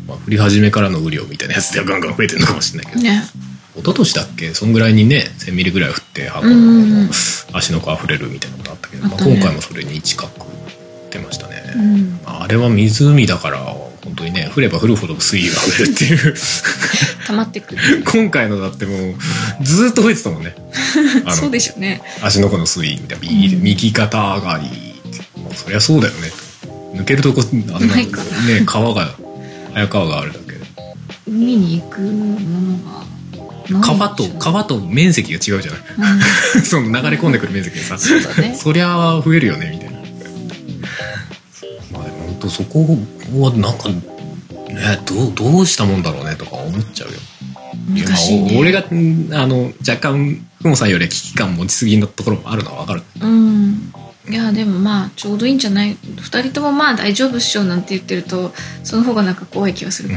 Speaker 2: まあ、降り始めからの雨量みたいなやつではガンガン増えてるのかもしれないけ
Speaker 3: うん
Speaker 2: ど
Speaker 3: ね
Speaker 2: 一昨年だっけそんぐらいにね1000ミリぐらい降って箱の
Speaker 3: うんうんうん
Speaker 2: 芦ノ湖溢れるみたいなことあったけど、
Speaker 3: あ
Speaker 2: ま
Speaker 3: っ
Speaker 2: あ、
Speaker 3: たね
Speaker 2: 今回もそれに近く出ましたね、
Speaker 3: うん
Speaker 2: あれは湖だから本当にね降れば降るほど水位が上がるって いう
Speaker 3: 溜まってくる
Speaker 2: 今回のだってもうずーっと増えてたもん ねあ
Speaker 3: そう
Speaker 2: の
Speaker 3: でしょうね
Speaker 2: 足の子の水位みたいな右,、
Speaker 3: うん
Speaker 2: 右肩上がりってもうそりゃそうだよね抜けるとこあんな
Speaker 3: な
Speaker 2: ね
Speaker 3: いから
Speaker 2: 川が早川があるだけで
Speaker 3: 海に行くものがない
Speaker 2: 川と川と面積が違うじゃない その流れ込んでくる面積がさ、
Speaker 3: そうだね
Speaker 2: そりゃ増えるよねみたいなまあでも本当そこはなんかねどうどうしたもんだろうねとか思っちゃうよ
Speaker 3: うん難しい
Speaker 2: いやま
Speaker 3: ね
Speaker 2: あ俺がんあの若干ふもさんよりは危機感持ちすぎのところもあるのはわかる
Speaker 3: うんいやでもまあちょうどいいんじゃない二人ともまあ大丈夫っしょなんて言ってるとその方がなんか怖い気がするか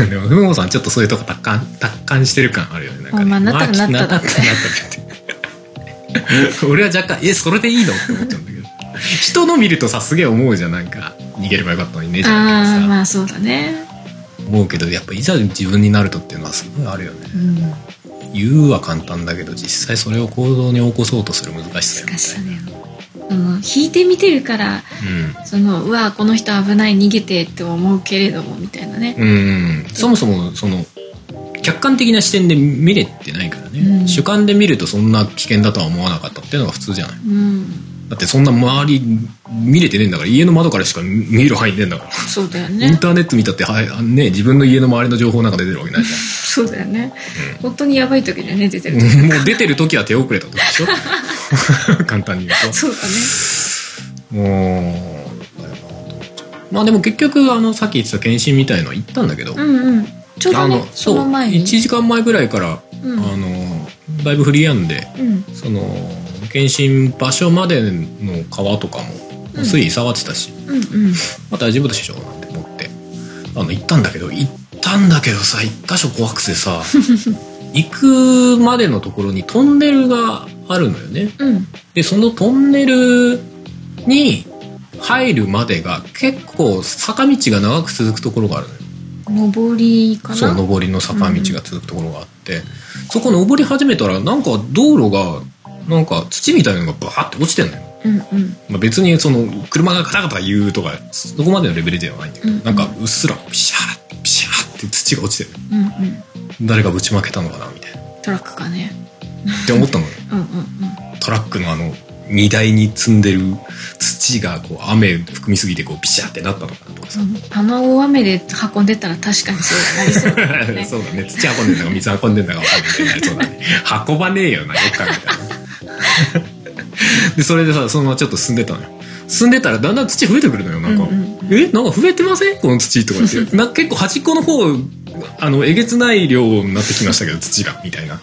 Speaker 3: ら
Speaker 2: でも、ふもさん、ちょっとそういうとこ達観、達観してる感あるよね。なんかね。
Speaker 3: まあなったら
Speaker 2: まあ
Speaker 3: なっただ
Speaker 2: なったなったって。 俺は若干、え、それでいいのって思っちゃうんだけど。人の見るとさ、すげえ思うじゃん。なんか、逃げればよかったのにね、じゃ
Speaker 3: あ
Speaker 2: んけ
Speaker 3: あ
Speaker 2: どさ。
Speaker 3: まあそうだね
Speaker 2: 思うけど、やっぱ、いざ自分になるとっていうのはすごいあるよね。
Speaker 3: うん
Speaker 2: 言うは簡単だけど、実際それを行動に起こそうとする難しさよね
Speaker 3: 難しさだよその引いてみてるから
Speaker 2: うん。
Speaker 3: そのうわこの人危ない逃げてって思うけれどもみたいなね
Speaker 2: うんそもそもその客観的な視点で見れてないからね、
Speaker 3: うん
Speaker 2: 主観で見るとそんな危険だとは思わなかったっていうのが普通じゃない
Speaker 3: うん
Speaker 2: だってそんな周り見れてねえんだから家の窓からしか見える範囲ねえんだから、
Speaker 3: そうだよ
Speaker 2: イン
Speaker 3: ね
Speaker 2: ターネット見たってはあね自分の家の周りの情報なんか出てるわけないじ
Speaker 3: そうだよね本当にやばい時だよね出てる時
Speaker 2: ゃ んもう出てる時は手遅れた時でしょ 簡単に言うと
Speaker 3: そうだね
Speaker 2: もうだよなと思っちゃうまあでも結局あのさっき言ってた検診みたいのは行ったんだけど、
Speaker 3: うんうんちょうど
Speaker 2: あ
Speaker 3: ね
Speaker 2: の
Speaker 3: その前に
Speaker 2: 1時間前ぐらいから、
Speaker 3: うん
Speaker 2: あのだいぶフリーやんで
Speaker 3: うん
Speaker 2: その検診場所までの川とか
Speaker 3: う
Speaker 2: も
Speaker 3: ん
Speaker 2: 水位触ってたし、
Speaker 3: うんうん
Speaker 2: まあ、大丈夫でしょうなんて思ってあの行ったんだけど行ったんだけどさ一箇所怖くて さ行くまでのところにトンネルがあるのよね
Speaker 3: うん
Speaker 2: でそのトンネルに入るまでが結構坂道が長く続くところがあるのよ
Speaker 3: 上りかな
Speaker 2: そう上りの坂道が続くところがあって、そこ登り始めたらなんか道路がなんか土みたいなのがバーって落ちてんのよ、
Speaker 3: うんうん
Speaker 2: まあ、別にその車がガタガタ言うとかそこまでのレベルではないんだけど、
Speaker 3: うん
Speaker 2: なんかうっすらピシャーピシャーって土が落ちてる
Speaker 3: うんうん
Speaker 2: 誰がぶちまけたのかなみたいな
Speaker 3: トラックかね
Speaker 2: って思ったのよ
Speaker 3: うんうん
Speaker 2: トラックのあの荷台に積んでる土がこう雨含みすぎてこうピシャーってなったのかなとかさ、
Speaker 3: うんあの大雨で運んでたら確かにそうなり そうだよね
Speaker 2: そうだね土運んでんだか水運んでんだか分かんないけ どそうだね運ばねえよなよく考えたらでそれでさそのままちょっと進んでたのよ進んでたらだんだん土増えてくるのよなんか、
Speaker 3: うんうん
Speaker 2: えなんか増えてませんこの土とか言 ってな結構端っこの方あのえげつない量になってきましたけど土がみたいな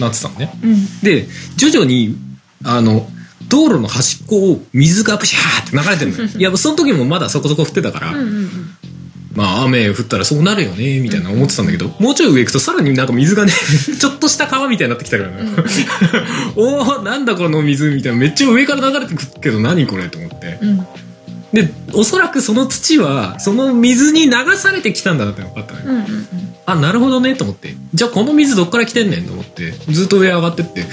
Speaker 2: なってたのね
Speaker 3: うん
Speaker 2: で徐々にあの道路の端っこを水がブシャーって流れてるのよいやその時もまだそこそこ降ってたから、
Speaker 3: うんうんうん
Speaker 2: まあ雨降ったらそうなるよねみたいな思ってたんだけど、もうちょい上行くとさらになんか水がね ちょっとした川みたいになってきたからね、 おおなんだこの水みたいなめっちゃ上から流れてくるけど何これと思って
Speaker 3: うん
Speaker 2: でおそらくその土はその水に流されてきたんだなって分かったのよ、
Speaker 3: うんうん
Speaker 2: あなるほどねと思ってじゃあこの水どっから来てんねんと思ってずっと上上がってって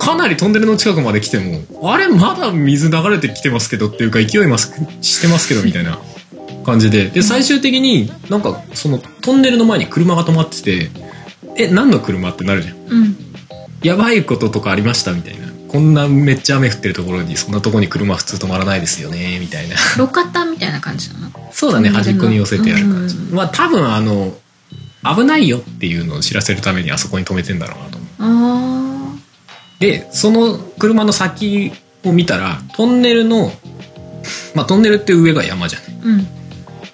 Speaker 2: かなりトンネルの近くまで来てもあれまだ水流れてきてますけどっていうか勢いますしてますけどみたいな感じでで最終的になんかそのトンネルの前に車が止まっててえ何の車ってなるじゃん
Speaker 3: うん
Speaker 2: やばいこととかありましたみたいなこんなめっちゃ雨降ってるところにそんなとこに車普通止まらないですよねみたいな
Speaker 3: 路肩みたいな感じなの
Speaker 2: そうだね
Speaker 3: うん
Speaker 2: 端っこに寄せてある感じ、
Speaker 3: うん
Speaker 2: まあ多分あの危ないよっていうのを知らせるためにあそこに止めてんだろうなと思う
Speaker 3: あ
Speaker 2: でその車の先を見たらトンネルのまあトンネルって上が山じゃない
Speaker 3: ーうん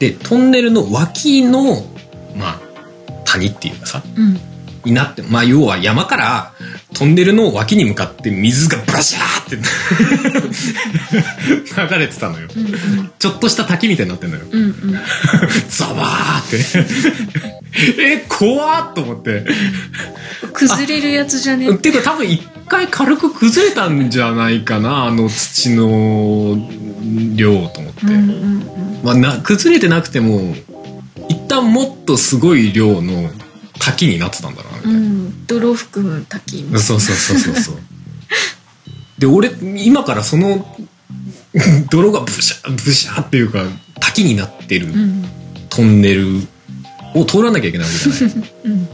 Speaker 2: でトンネルの脇のまあ谷っていうかさ
Speaker 3: うん
Speaker 2: になってまあ要は山からトンネルの脇に向かって水がブラシャーって流れてたのよ
Speaker 3: うんうん
Speaker 2: ちょっとした滝みたいになってんのよ
Speaker 3: うんうん
Speaker 2: ザバーって え怖っと思って
Speaker 3: 崩れるやつじゃね
Speaker 2: っていうか多分一回軽く崩れたんじゃないかなあの土の量と思って、
Speaker 3: うんうんうん
Speaker 2: まあ、な崩れてなくても一旦もっとすごい量の滝になってたんだろうなみた
Speaker 3: う
Speaker 2: いな、
Speaker 3: ん泥含む滝みたい
Speaker 2: そうそうそうそう そうで俺今からその 泥がブシャブシャっていうか滝になってる
Speaker 3: なうん
Speaker 2: トンネルを通らなきゃいけないわけじゃない
Speaker 3: うん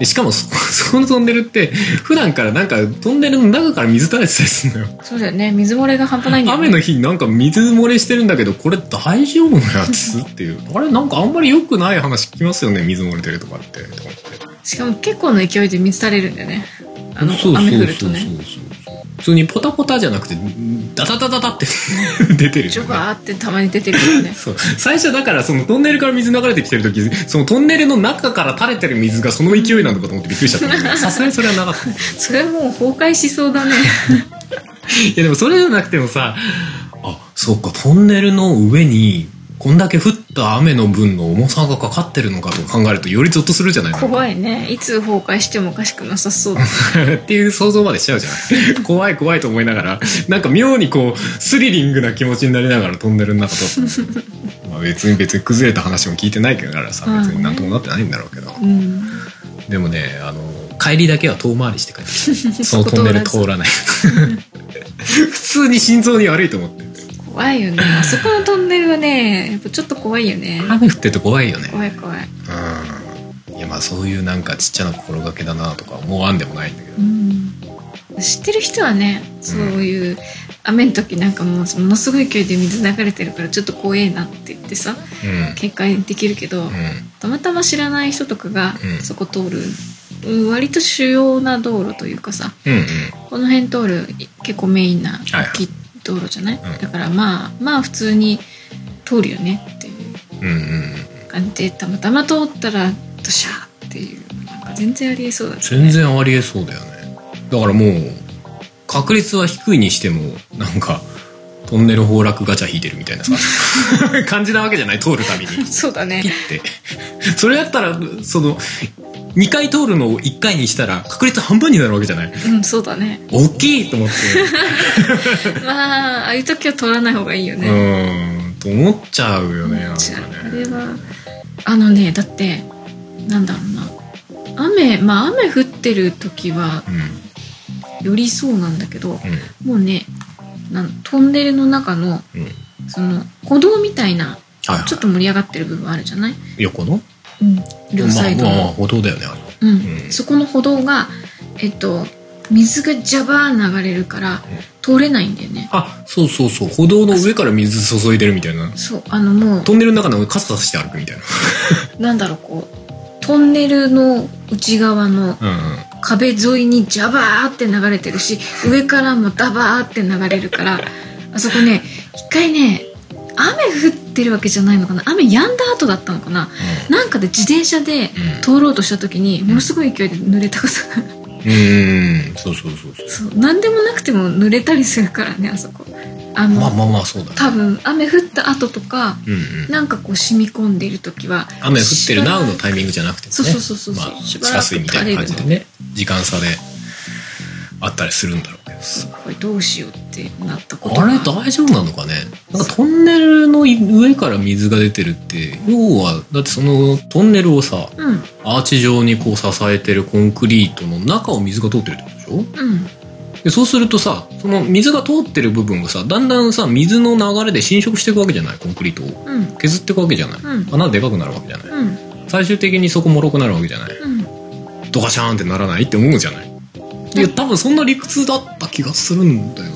Speaker 2: でしかもそ そのトンネルって普段からなんかトンネルの中から水垂れてたりするのよ
Speaker 3: そうだよね水漏れが半端ないんだよね
Speaker 2: 雨の日になんか水漏れしてるんだけどこれ大丈夫なやつっていうあれなんかあんまり良くない話聞きますよね水漏れてるとかってとかって
Speaker 3: しかも結構の勢いで水垂れるんだよねあの雨降るとね
Speaker 2: 普通にポタポタじゃなくてダダダダダって 出てる
Speaker 3: ジ
Speaker 2: よ
Speaker 3: ョ
Speaker 2: ね
Speaker 3: バーってたまに出てくるよね
Speaker 2: そう最初だからそのトンネルから水流れてきてる時そのトンネルの中から垂れてる水がその勢いなのかと思ってびっくりしちゃったんだけどさすがにそれはなかった
Speaker 3: それもう崩壊しそうだね
Speaker 2: いやでもそれじゃなくてもさあそうかトンネルの上にこんだけ降った雨の分の重さがかかってるのかと考えるとよりゾッとするじゃないか
Speaker 3: 怖いねいつ崩壊してもおかしくなさそうだ
Speaker 2: っていう想像までしちゃうじゃ ない怖い怖いと思いながらなんか妙にこうスリリングな気持ちになりながらトンネルの中 通ったまあ別に別に崩れた話も聞いてないからさ
Speaker 3: うん
Speaker 2: 別になんともなってないんだろうけど、
Speaker 3: うん
Speaker 2: でもねあの帰りだけは遠回りして帰ってきた そのトンネル通 らない普通に心臓に悪いと思って
Speaker 3: 怖いよねあそこのトンネルはねやっぱちょっと怖いよね
Speaker 2: 雨降ってると怖いよね
Speaker 3: 怖い怖い
Speaker 2: うんいやまあそういうなんかちっちゃな心がけだなとか思わんでもないんだけど
Speaker 3: うん知ってる人はねそういう雨の時なんかもうものすごい勢いで水流れてるからちょっと怖えなって言ってさ
Speaker 2: うん
Speaker 3: 警戒できるけど、
Speaker 2: う
Speaker 3: たまたま知らない人とかが
Speaker 2: うん
Speaker 3: そこ通る、うん割と主要な道路というかさ
Speaker 2: んうんうん
Speaker 3: この辺通る結構メインな大きい道路じゃない、
Speaker 2: はいうん
Speaker 3: だからまあまあ普通に通るよねっていう
Speaker 2: うんうんうん
Speaker 3: 感じでたまたま通ったらドシャーっていうなんか全然ありえそうだね
Speaker 2: 全然ありえそうだよねだからもう確率は低いにしてもなんかトンネル崩落ガチャ引いてるみたいなさ感じなわけじゃない通るたびにっ
Speaker 3: そうだね
Speaker 2: てそれだったらその2回通るのを1回にしたら確率半分になるわけじゃない
Speaker 3: うんそうだね
Speaker 2: 大きいと思って
Speaker 3: まあああいう時は通らない方がいいよ ね、
Speaker 2: うんと思っちゃうよねなんか
Speaker 3: 違うあ
Speaker 2: ね
Speaker 3: れはあのねだってなんだろうな雨まあ雨降ってる時は
Speaker 2: う
Speaker 3: よりそうなんだけど
Speaker 2: んうん
Speaker 3: もうねなんトンネルの中の
Speaker 2: うん
Speaker 3: その歩道みたいな
Speaker 2: はいはい
Speaker 3: ちょっと盛り上がってる部分あるじゃない、
Speaker 2: 横の
Speaker 3: うん、両サイドの、
Speaker 2: まあまあまあ歩道だよねあれ
Speaker 3: うん
Speaker 2: うん
Speaker 3: そこの歩道がえっと水がジャバー流れるから
Speaker 2: ん
Speaker 3: 通れないんだよね
Speaker 2: あそうそうそう歩道の上から水注いでるみたいな
Speaker 3: そうあのもう
Speaker 2: トンネルの中の傘さして歩くみたいな
Speaker 3: なんだろうこうトンネルの内側の
Speaker 2: うんうん
Speaker 3: 壁沿いにジャバーって流れてるし上からもダバーって流れるからあそこね一回ね雨降ってるわけじゃないのかな雨止んだ後だったのかななんかで自転車で
Speaker 2: うん
Speaker 3: 通ろうとした時にものすごい勢いで濡れたことが
Speaker 2: うんうんそうそうそうそ
Speaker 3: そう何でもなくても濡れたりするからねあそこあ
Speaker 2: う
Speaker 3: の、
Speaker 2: まあまあまあそうだね
Speaker 3: 多分雨降った後とか
Speaker 2: うんうん
Speaker 3: なんかこう染み込んでいる時は
Speaker 2: 雨降ってる
Speaker 3: 知ら
Speaker 2: ナウ
Speaker 3: な
Speaker 2: のタイミングじゃなくてもね
Speaker 3: そうそうそうそう
Speaker 2: まあ
Speaker 3: し
Speaker 2: 地
Speaker 3: ばら
Speaker 2: 下
Speaker 3: く
Speaker 2: 水みたいな感じで
Speaker 3: 垂れ
Speaker 2: ね時間差であったりするんだろうけどさ
Speaker 3: これどうしようってなったこと
Speaker 2: あ
Speaker 3: が
Speaker 2: れ大丈夫なのかねなんかトンネルの上から水が出てるって要はだってそのトンネルをさ
Speaker 3: うん
Speaker 2: アーチ状にこう支えてるコンクリートの中を水が通ってるってことでしょ
Speaker 3: うん
Speaker 2: でそうするとさその水が通ってる部分がさだんだんさ水の流れで侵食していくわけじゃないコンクリートを
Speaker 3: うん
Speaker 2: 削っていくわけじゃない、
Speaker 3: うん
Speaker 2: 穴でかくなるわけじゃない
Speaker 3: うん
Speaker 2: 最終的にそこもろくなるわけじゃない
Speaker 3: うん
Speaker 2: ドカシャーンってならないって思うじゃないいや多分そんな理屈だった気がするんだよ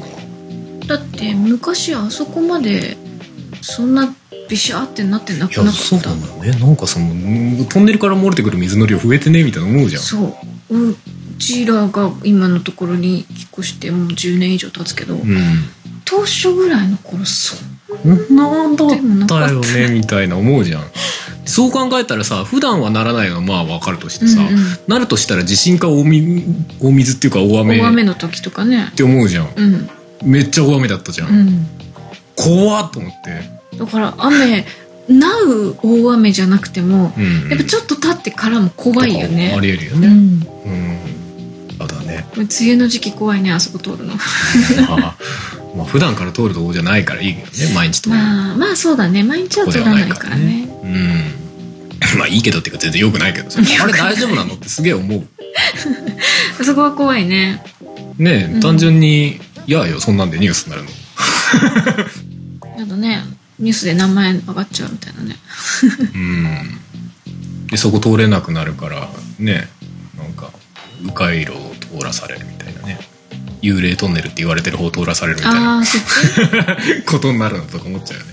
Speaker 2: な
Speaker 3: だって昔あそこまでそんなビシャーってなってなく
Speaker 2: い
Speaker 3: な
Speaker 2: や
Speaker 3: かった
Speaker 2: そうなんだよねなんかそのうんトンネルから漏れてくる水の量増えてねみたいな思うじゃん
Speaker 3: そううちらが今のところに引っ越してもう10年以上経つけど、
Speaker 2: う
Speaker 3: 当初ぐらいの頃そうん
Speaker 2: なんだった
Speaker 3: で
Speaker 2: よ
Speaker 3: もなか
Speaker 2: ねみたいな思うじゃんそう考えたらさ普段はならないのはまあわかるとしてさ、
Speaker 3: うんうん
Speaker 2: なるとしたら地震か大み大水っていうか大雨
Speaker 3: 大
Speaker 2: っ
Speaker 3: 雨の時とかね
Speaker 2: て思うじゃん
Speaker 3: うん
Speaker 2: めっちゃ大雨だったじゃん、
Speaker 3: うん
Speaker 2: 怖っと思って
Speaker 3: だから雨なう大雨じゃなくても、
Speaker 2: うん
Speaker 3: やっぱちょっと経ってからも怖いよ
Speaker 2: とか
Speaker 3: ね
Speaker 2: ありえるよ
Speaker 3: う
Speaker 2: ね
Speaker 3: ん
Speaker 2: うん、あだね
Speaker 3: 梅雨の時期怖いねあそこ通るの
Speaker 2: まあまあ普段から通るとこじゃないからいいけどね毎日通る、
Speaker 3: まあまあそうだね毎日は通らないからね
Speaker 2: うん。まあいいけどっていうか全然良くないけどさ。
Speaker 3: 良
Speaker 2: あ
Speaker 3: く
Speaker 2: れ
Speaker 3: ない
Speaker 2: 大丈夫なのってすげえ思う。
Speaker 3: あそこは怖いね
Speaker 2: ね
Speaker 3: う
Speaker 2: え、
Speaker 3: ん
Speaker 2: 単純に、いやよ、そんなんでニュースになるの。
Speaker 3: あとねニュースで名前上がっちゃうみたいなね
Speaker 2: うん。で、そこ通れなくなるから、ねえ、なんか、迂回路を通らされるみたいなね。幽霊トンネルって言われてる方を通らされるみたいな
Speaker 3: ああそっち
Speaker 2: ことになるのとか思っちゃうよ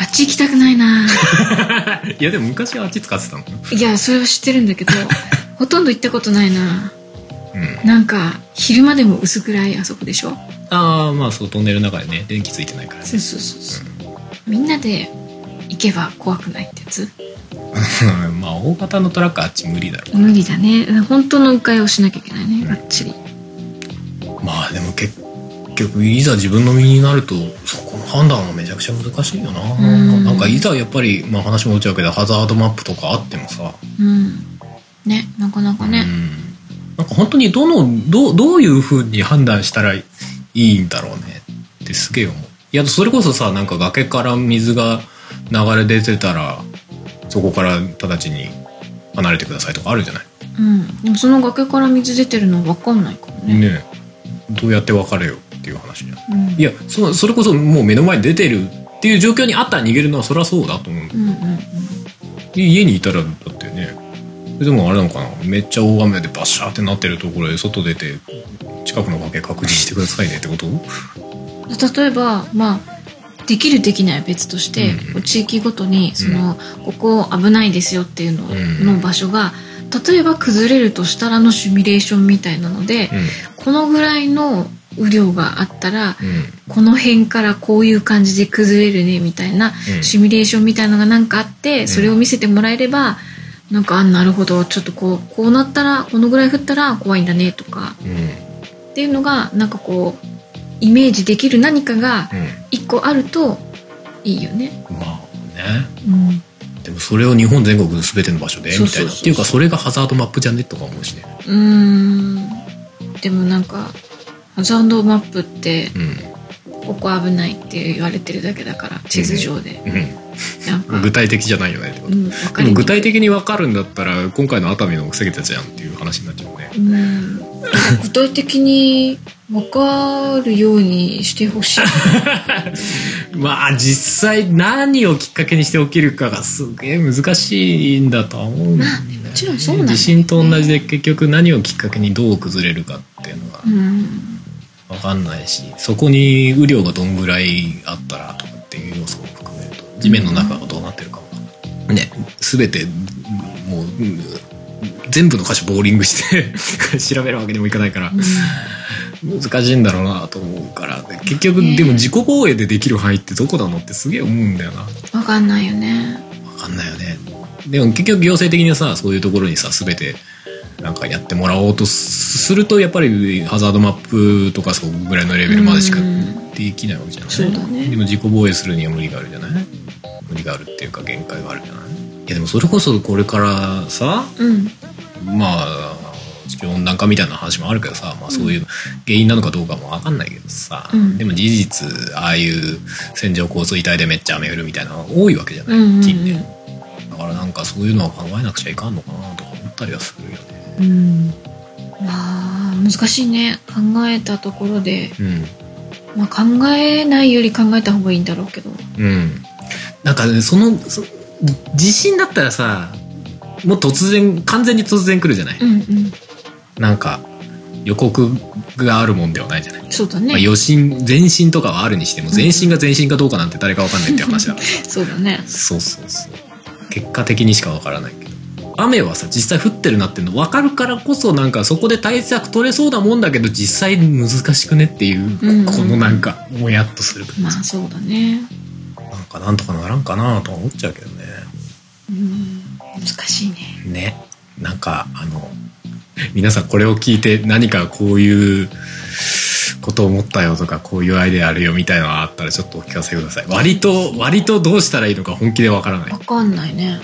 Speaker 3: あっち行きたくないな
Speaker 2: ね。いや、でも昔はあっち使ってたのよ。
Speaker 3: いやそれは知ってるんだけどほとんど行ったことないな
Speaker 2: うん。
Speaker 3: なんか昼間でも薄暗いあそこでしょ
Speaker 2: ああ、まあそう、トンネルの中でね、電気ついてないからね。
Speaker 3: そうそうそうそうみんなで行けば怖くないってやつ
Speaker 2: うん まあ大型のトラックはあっち無理だろう
Speaker 3: 無理だね本当の迂回をしなきゃいけないね
Speaker 2: ん
Speaker 3: がっちり
Speaker 2: まあでも結局いざ自分の身になるとそこの判断はめちゃくちゃ難しいよな、
Speaker 3: ん
Speaker 2: なんかいざやっぱり、まあ、話戻っちゃうけどハザードマップとかあってもさ、
Speaker 3: うんねなかなか
Speaker 2: う
Speaker 3: ね
Speaker 2: んなんか本当にどのどうどういうふうに判断したらいいんだろうねってすげえ思ういやそれこそさなんか崖から水が流れ出てたらそこから直ちに離れてくださいとかあるじゃない
Speaker 3: うん、でもその崖から水出てるの分かんないからね
Speaker 2: ねえどうやって別れよっていう話じゃん
Speaker 3: うん
Speaker 2: いやそそれこそもう目の前に出てるっていう状況にあったら逃げるのはそりゃそうだと思うんだ
Speaker 3: うんうんうん
Speaker 2: 家にいたらだってねでもあれなのかなめっちゃ大雨でバシャーってなってるところで外出て近くの崖確認してくださいねってこと
Speaker 3: 例えばまあできるできないは別として、
Speaker 2: うん
Speaker 3: こう地域ごとにその、ここ危ないですよっていうの,、
Speaker 2: うん
Speaker 3: の場所が例えば崩れるとしたらのシミュレーションみたいなので、
Speaker 2: う
Speaker 3: このぐらいの雨量があった
Speaker 2: ん
Speaker 3: ら、
Speaker 2: うん
Speaker 3: この辺からこういう感じで崩れるねみたいな
Speaker 2: うん
Speaker 3: シミュレーションみたいのがなんかあって、それを見せてもらえればなんかあなるほどちょっとこうこうなったらこのぐらい降ったら怖いんだねとか
Speaker 2: うん
Speaker 3: っていうのがなんかこうイメージできる何かが一個あるといいよね。
Speaker 2: うんまあね
Speaker 3: うん、
Speaker 2: でもそれを日本全国の全ての場所でみたいな
Speaker 3: そうそうそうそう
Speaker 2: っていうかそれがハザードマップじゃねとか思うしね
Speaker 3: うーんでもなんかハザードマップって
Speaker 2: う
Speaker 3: ここ危ないって言われてるだけだから地図上で、
Speaker 2: ん、
Speaker 3: なん
Speaker 2: うん、
Speaker 3: か、
Speaker 2: 具体的じゃないよねってこ
Speaker 3: う
Speaker 2: と、
Speaker 3: ん、分か
Speaker 2: で
Speaker 3: り
Speaker 2: も
Speaker 3: にく
Speaker 2: 具
Speaker 3: い
Speaker 2: 体的に分かるんだったら今回の熱海の防げたじゃんっていう話になっちゃうね
Speaker 3: うん具体的に分かるようにしてほしい
Speaker 2: まあ実際何をきっかけにして起きるかがすげえ難しいんだとは思うんだよね
Speaker 3: もちろんそうなんだ
Speaker 2: 地震と同じで結局何をきっかけにどう崩れるかっていうのが
Speaker 3: うん
Speaker 2: 分かんないしそこに雨量がどんぐらいあったらとかっていう要素も含めると地面の中がどうなってるかもね全てもううん全部の箇所ボーリングして 調べるわけにもいかないから。難しいんだろうなと思うから結局
Speaker 3: ね
Speaker 2: でも自己防衛でできる範囲ってどこなのってすげえ思うんだよな
Speaker 3: 分かんないよね
Speaker 2: 分かんないよねでも結局行政的にさそういうところにさ全てなんかやってもらおうとすするとやっぱりハザードマップとかそんぐらいのレベルまでしか
Speaker 3: うん
Speaker 2: できないわけじゃない、
Speaker 3: そうだね
Speaker 2: でも自己防衛するには無理があるじゃない無理があるっていうか限界があるじゃないいやでもそれこそこれからさ
Speaker 3: うん
Speaker 2: まあ地球温暖化みたいな話もあるけどさ、まあ、そういう原因なのかどうかも分かんないけどさ、
Speaker 3: うん
Speaker 2: でも事実ああいう線状降水帯でめっちゃ雨降るみたいなのが多いわけじゃな
Speaker 3: うんうんう
Speaker 2: い
Speaker 3: ん
Speaker 2: 近年だからなんかそういうのは考えなくちゃいかんのかなとか思ったりはするよね。
Speaker 3: うんまあ難しいね考えたところで、
Speaker 2: うん
Speaker 3: まあ、考えないより考えた方がいいんだろうけど
Speaker 2: うん、なんかねそのそ地震だったらさもう突然完全に突然来るじゃない
Speaker 3: うんうん
Speaker 2: なんか予告があるもんではないじゃない、
Speaker 3: そうだ
Speaker 2: まあ、
Speaker 3: ね。
Speaker 2: 余震前進とかはあるにしても前進が前進かどうかなんて誰かわかんないって話だから
Speaker 3: そうだね。
Speaker 2: そうそうそう結果的にしかわからないけど雨はさ実際降ってるなっていうの分かるからこそなんかそこで対策取れそうなもんだけど実際難しくねっていう、
Speaker 3: うんうん
Speaker 2: このなんかもやっとする感じ、
Speaker 3: まあそうだね。
Speaker 2: なんかなんとかならんかなとは思っちゃうけどね
Speaker 3: うん。難しいね。
Speaker 2: ねなんかあの皆さんこれを聞いて何かこういうことを思ったよとかこういうアイデアあるよみたいなのがあったらちょっとお聞かせください割と割とどうしたらいいのか本気でわからない
Speaker 3: わかんないね。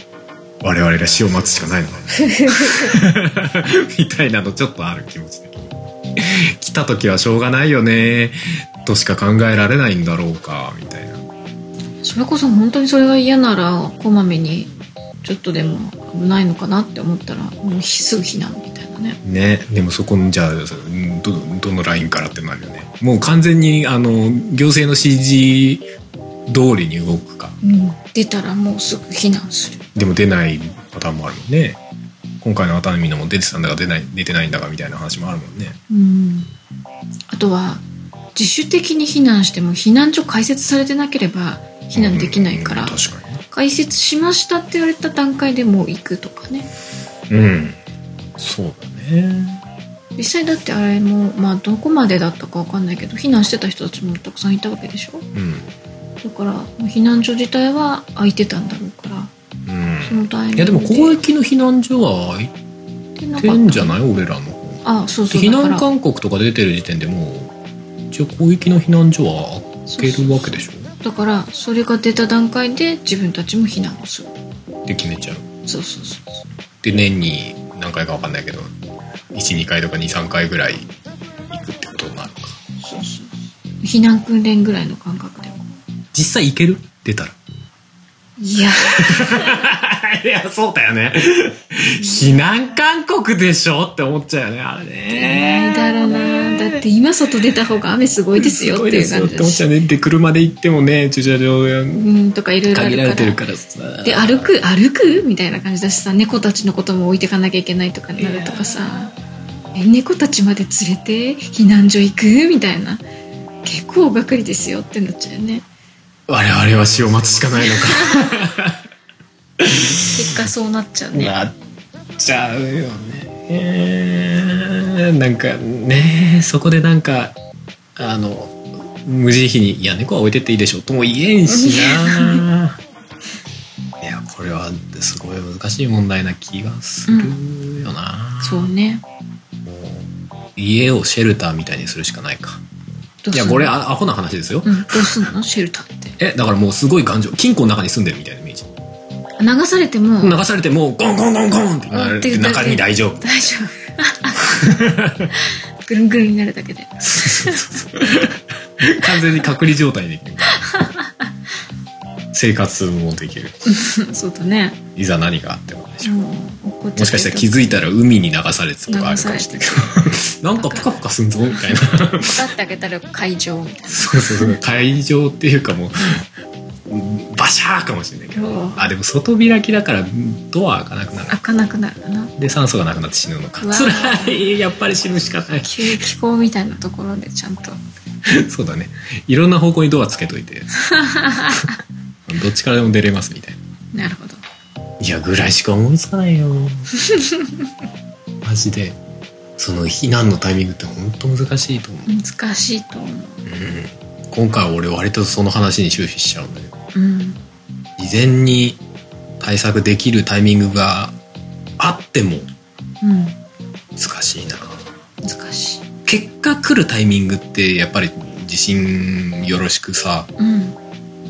Speaker 2: 我々が死を待つしかないのかなみたいなのちょっとある気持ち的に来た時はしょうがないよねとしか考えられないんだろうかみたいな
Speaker 3: それこそ本当にそれが嫌ならこまめにちょっとでも危ないのかなって思ったらもうすぐ避難みたいなね。
Speaker 2: ねでもそこのじゃあうんどどのラインからってなるよねもう完全にあの行政の指示通りに動くか
Speaker 3: うん。出たらもうすぐ避難する。
Speaker 2: でも出ないパターンもあるもんね今回の熱海のも出てたんだか出ない出てないんだかみたいな話もあるもんね
Speaker 3: うん。あとは自主的に避難しても避難所開設されてなければ避難できないから、
Speaker 2: うん確かにね
Speaker 3: 開設しましたって言われた段階でもう行くとかね。
Speaker 2: うんそうだね
Speaker 3: 実際だってあれもまあどこまでだったかわかんないけど避難してた人たちもたくさんいたわけでしょ
Speaker 2: うん
Speaker 3: だからもう避難所自体は空いてたんだろうからそ
Speaker 2: うん
Speaker 3: のタイミング
Speaker 2: いやでも公益の避難所は開い
Speaker 3: てなか
Speaker 2: て
Speaker 3: った
Speaker 2: んじゃない俺らの方
Speaker 3: あそうそう
Speaker 2: 避難
Speaker 3: だから
Speaker 2: 勧告とか出てる時点でもう一応広域の避難所は開けるわけでしょ
Speaker 3: だからそれが出た段階で自分たちも避難をする
Speaker 2: で決めちゃう
Speaker 3: そうそうそうそ
Speaker 2: で年に何回か分かんないけど12回とか23回ぐらい行くってことになるか
Speaker 3: うそうそう避難訓練ぐらいの感覚で
Speaker 2: 実際行ける出たら
Speaker 3: いや
Speaker 2: いやそうだよね避難勧告でしょって思っちゃうよねあれね
Speaker 3: ないだろうなだって今外出た方が雨すごいですよ
Speaker 2: す
Speaker 3: っ
Speaker 2: ご
Speaker 3: て
Speaker 2: いで
Speaker 3: いう
Speaker 2: すよっ
Speaker 3: 感じ
Speaker 2: て
Speaker 3: だ
Speaker 2: 思っちゃ
Speaker 3: し
Speaker 2: うねで車で行ってもね駐車場が
Speaker 3: うんとかいろいろあ
Speaker 2: 限られて
Speaker 3: る
Speaker 2: る
Speaker 3: か
Speaker 2: かららさ
Speaker 3: で歩く歩くみたいな感じだしさ猫たちのことも置いてかなきゃいけないとかになるとかさえ猫たちまで連れて避難所行くみたいな結構がっかりですよってなっちゃうよね
Speaker 2: 我々は死を待つしかないのか
Speaker 3: 結果そうなっちゃうね、
Speaker 2: なっちゃうよね、えーなんかねそこでなんかあの無慈悲に「いや猫は置いてっていいでしょ」とも言えんし ないやこれはすごい難しい問題な気がするよな、
Speaker 3: そうね
Speaker 2: もう家をシェルターみたいにするしかないか
Speaker 3: どう
Speaker 2: い
Speaker 3: すん
Speaker 2: や
Speaker 3: の
Speaker 2: これあアホな話ですよ、
Speaker 3: うん、どうすんのシェルターって
Speaker 2: えだからもうすごい頑丈金庫の中に住んでるみたいなイメージ
Speaker 3: 流されても、
Speaker 2: 流されてもうゴンゴンゴンゴンってな
Speaker 3: うん
Speaker 2: る
Speaker 3: っていう
Speaker 2: 中に大丈夫
Speaker 3: 大丈夫ぐるんぐるんになるだけで
Speaker 2: 完全に隔離状態できる生活もできる
Speaker 3: そうだね
Speaker 2: いざ何があっても大丈夫
Speaker 3: もう怒っちゃ
Speaker 2: もしかしたら気づいたら海に流されてたとかあるかもしれないけど なんかプカプカすんぞみたいな
Speaker 3: たってあげたら会場みたいな
Speaker 2: そうそうそう会場っていうかもうバシャーかもしれないけど
Speaker 3: うん
Speaker 2: あでも外開きだからドア開かなくなる
Speaker 3: 開かなくなるかな
Speaker 2: で酸素がなくなって死ぬのか
Speaker 3: うわ
Speaker 2: つらいやっぱり死ぬしかない
Speaker 3: 急気候みたいなところでちゃんと
Speaker 2: そうだねいろんな方向にドアつけとい てどっちからでも出れますみたいな
Speaker 3: なるほど
Speaker 2: いやぐらいしか思いつかないよマジでその避難のタイミングってほんと難しいと思う、
Speaker 3: 難しいと思う
Speaker 2: 今回は俺割とその話に終始しちゃうんだけど
Speaker 3: うん
Speaker 2: 事前に対策できるタイミングがあっても
Speaker 3: うん
Speaker 2: 難しいな
Speaker 3: 難しい
Speaker 2: 結果来るタイミングってやっぱり地震よろしくさ
Speaker 3: うん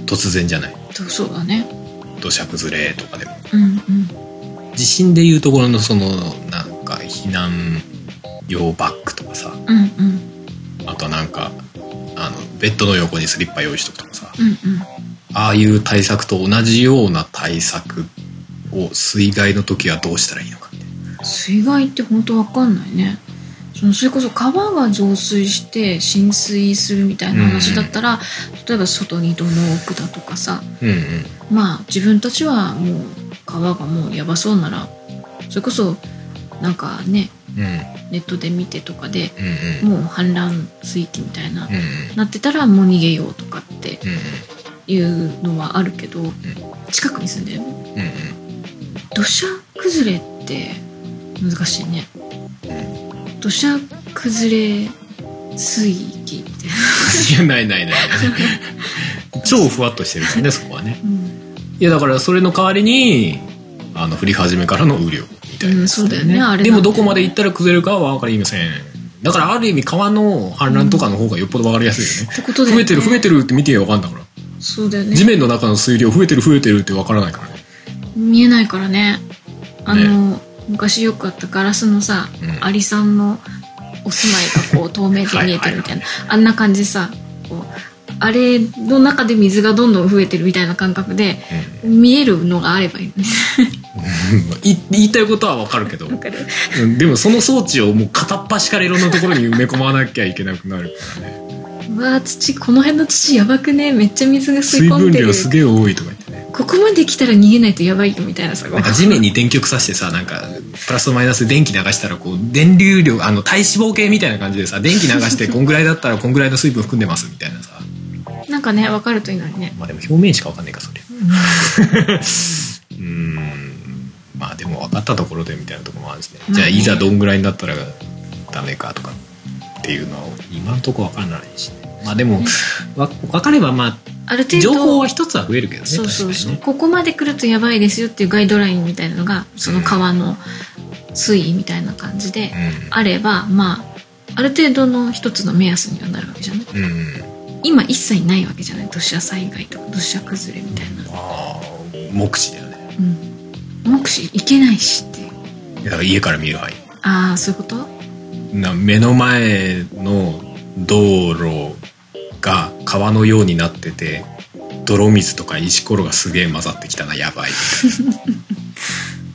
Speaker 2: 突然じゃない
Speaker 3: とそうだね
Speaker 2: 土砂崩れとかでも
Speaker 3: うんうん
Speaker 2: 地震でいうところのそのなんか避難用バッグとかさ
Speaker 3: うんうん
Speaker 2: あとはなんかあのベッドの横にスリッパ用意しとくとかさ
Speaker 3: うんうん
Speaker 2: ああいう対策と同じような対策を水害の時はどうしたらいいのかって
Speaker 3: 水害って本当わかんないねそのそれこそ川が増水して浸水するみたいな話だったら、例えば外に土のうを置くだとかさ
Speaker 2: うんうん
Speaker 3: まあ自分たちはもう川がもうやばそうならそれこそなんかね
Speaker 2: うんうんうん
Speaker 3: ネットで見てとかで
Speaker 2: うん
Speaker 3: もう氾濫水域みたいな、
Speaker 2: うん
Speaker 3: なってたらもう逃げようとかって
Speaker 2: うん
Speaker 3: いうのはあるけど、近くに住んでる
Speaker 2: うんうん
Speaker 3: 土砂崩れって難しいね土砂崩れ水域みたいな、
Speaker 2: いやないないないない 超ふわっとしてるからねそこはね
Speaker 3: うん
Speaker 2: いやだからそれの代わりにあの降り始めからの雨量みたいな
Speaker 3: うん
Speaker 2: やつ
Speaker 3: そうだよねあれ
Speaker 2: でもどこまで行ったら崩れるかは分かりませんだからある意味川の氾濫とかの方がよっぽど分かりやすいよね
Speaker 3: ってことで、
Speaker 2: 増えてる増えてるって見て分かんだから
Speaker 3: そうだよね
Speaker 2: 地面の中の水量増えてる増えてるって分からないからね
Speaker 3: 見えないからねあの昔よくあったガラスのさ、
Speaker 2: うん
Speaker 3: アリさんのお住まいがこう透明で見えてるみたいなあんな感じでさこうあれの中で水がどんどん増えてるみたいな感覚で、見えるのがあればいい
Speaker 2: い言いたいことは分かるけど
Speaker 3: わかる
Speaker 2: うんでもその装置をもう片っ端からいろんなところに埋め込まなきゃいけなくなるからね
Speaker 3: うわー土この辺の土やばくねめっちゃ水が吸
Speaker 2: 水
Speaker 3: い込ん
Speaker 2: 分
Speaker 3: でる
Speaker 2: 量すげえ多いとか言ってね
Speaker 3: ここまで来たら逃げないとやばいよみたいなさ
Speaker 2: なんか地面に電極さしてさなんかプラスとマイナスで電気流したらこう電流量あの体脂肪計みたいな感じでさ電気流してこんぐらいだったらこんぐらいの水分含んでますみたいなさ
Speaker 3: なんかね分かるといいのにね
Speaker 2: まあでも表面しかわかんないかそれうーんまあでも分かったところでみたいなところもあるしねじゃあいざどんぐらいになったらダメかとかっていうのは今のところ分からないしねまあでもわ分かればま
Speaker 3: ある程
Speaker 2: あ
Speaker 3: 度
Speaker 2: 情報は一つは増えるけどね
Speaker 3: そうそうそう、
Speaker 2: 確か
Speaker 3: ここまで来るとやばいですよっていうガイドラインみたいなのがその川の水位みたいな感じで
Speaker 2: にね
Speaker 3: あれば、まあある程度の一つの目安にはなるわけじゃない
Speaker 2: うん、うん
Speaker 3: 今一切ないわけじゃない土砂災害とか土砂崩れみたいな、
Speaker 2: ああ目視だよね
Speaker 3: うん、目視いけないしっていう
Speaker 2: だから家から見える範囲
Speaker 3: ああそういうこと
Speaker 2: な目の前の道路が川のようになってて泥水とか石ころがすげえ混ざってきたなや ばいみたい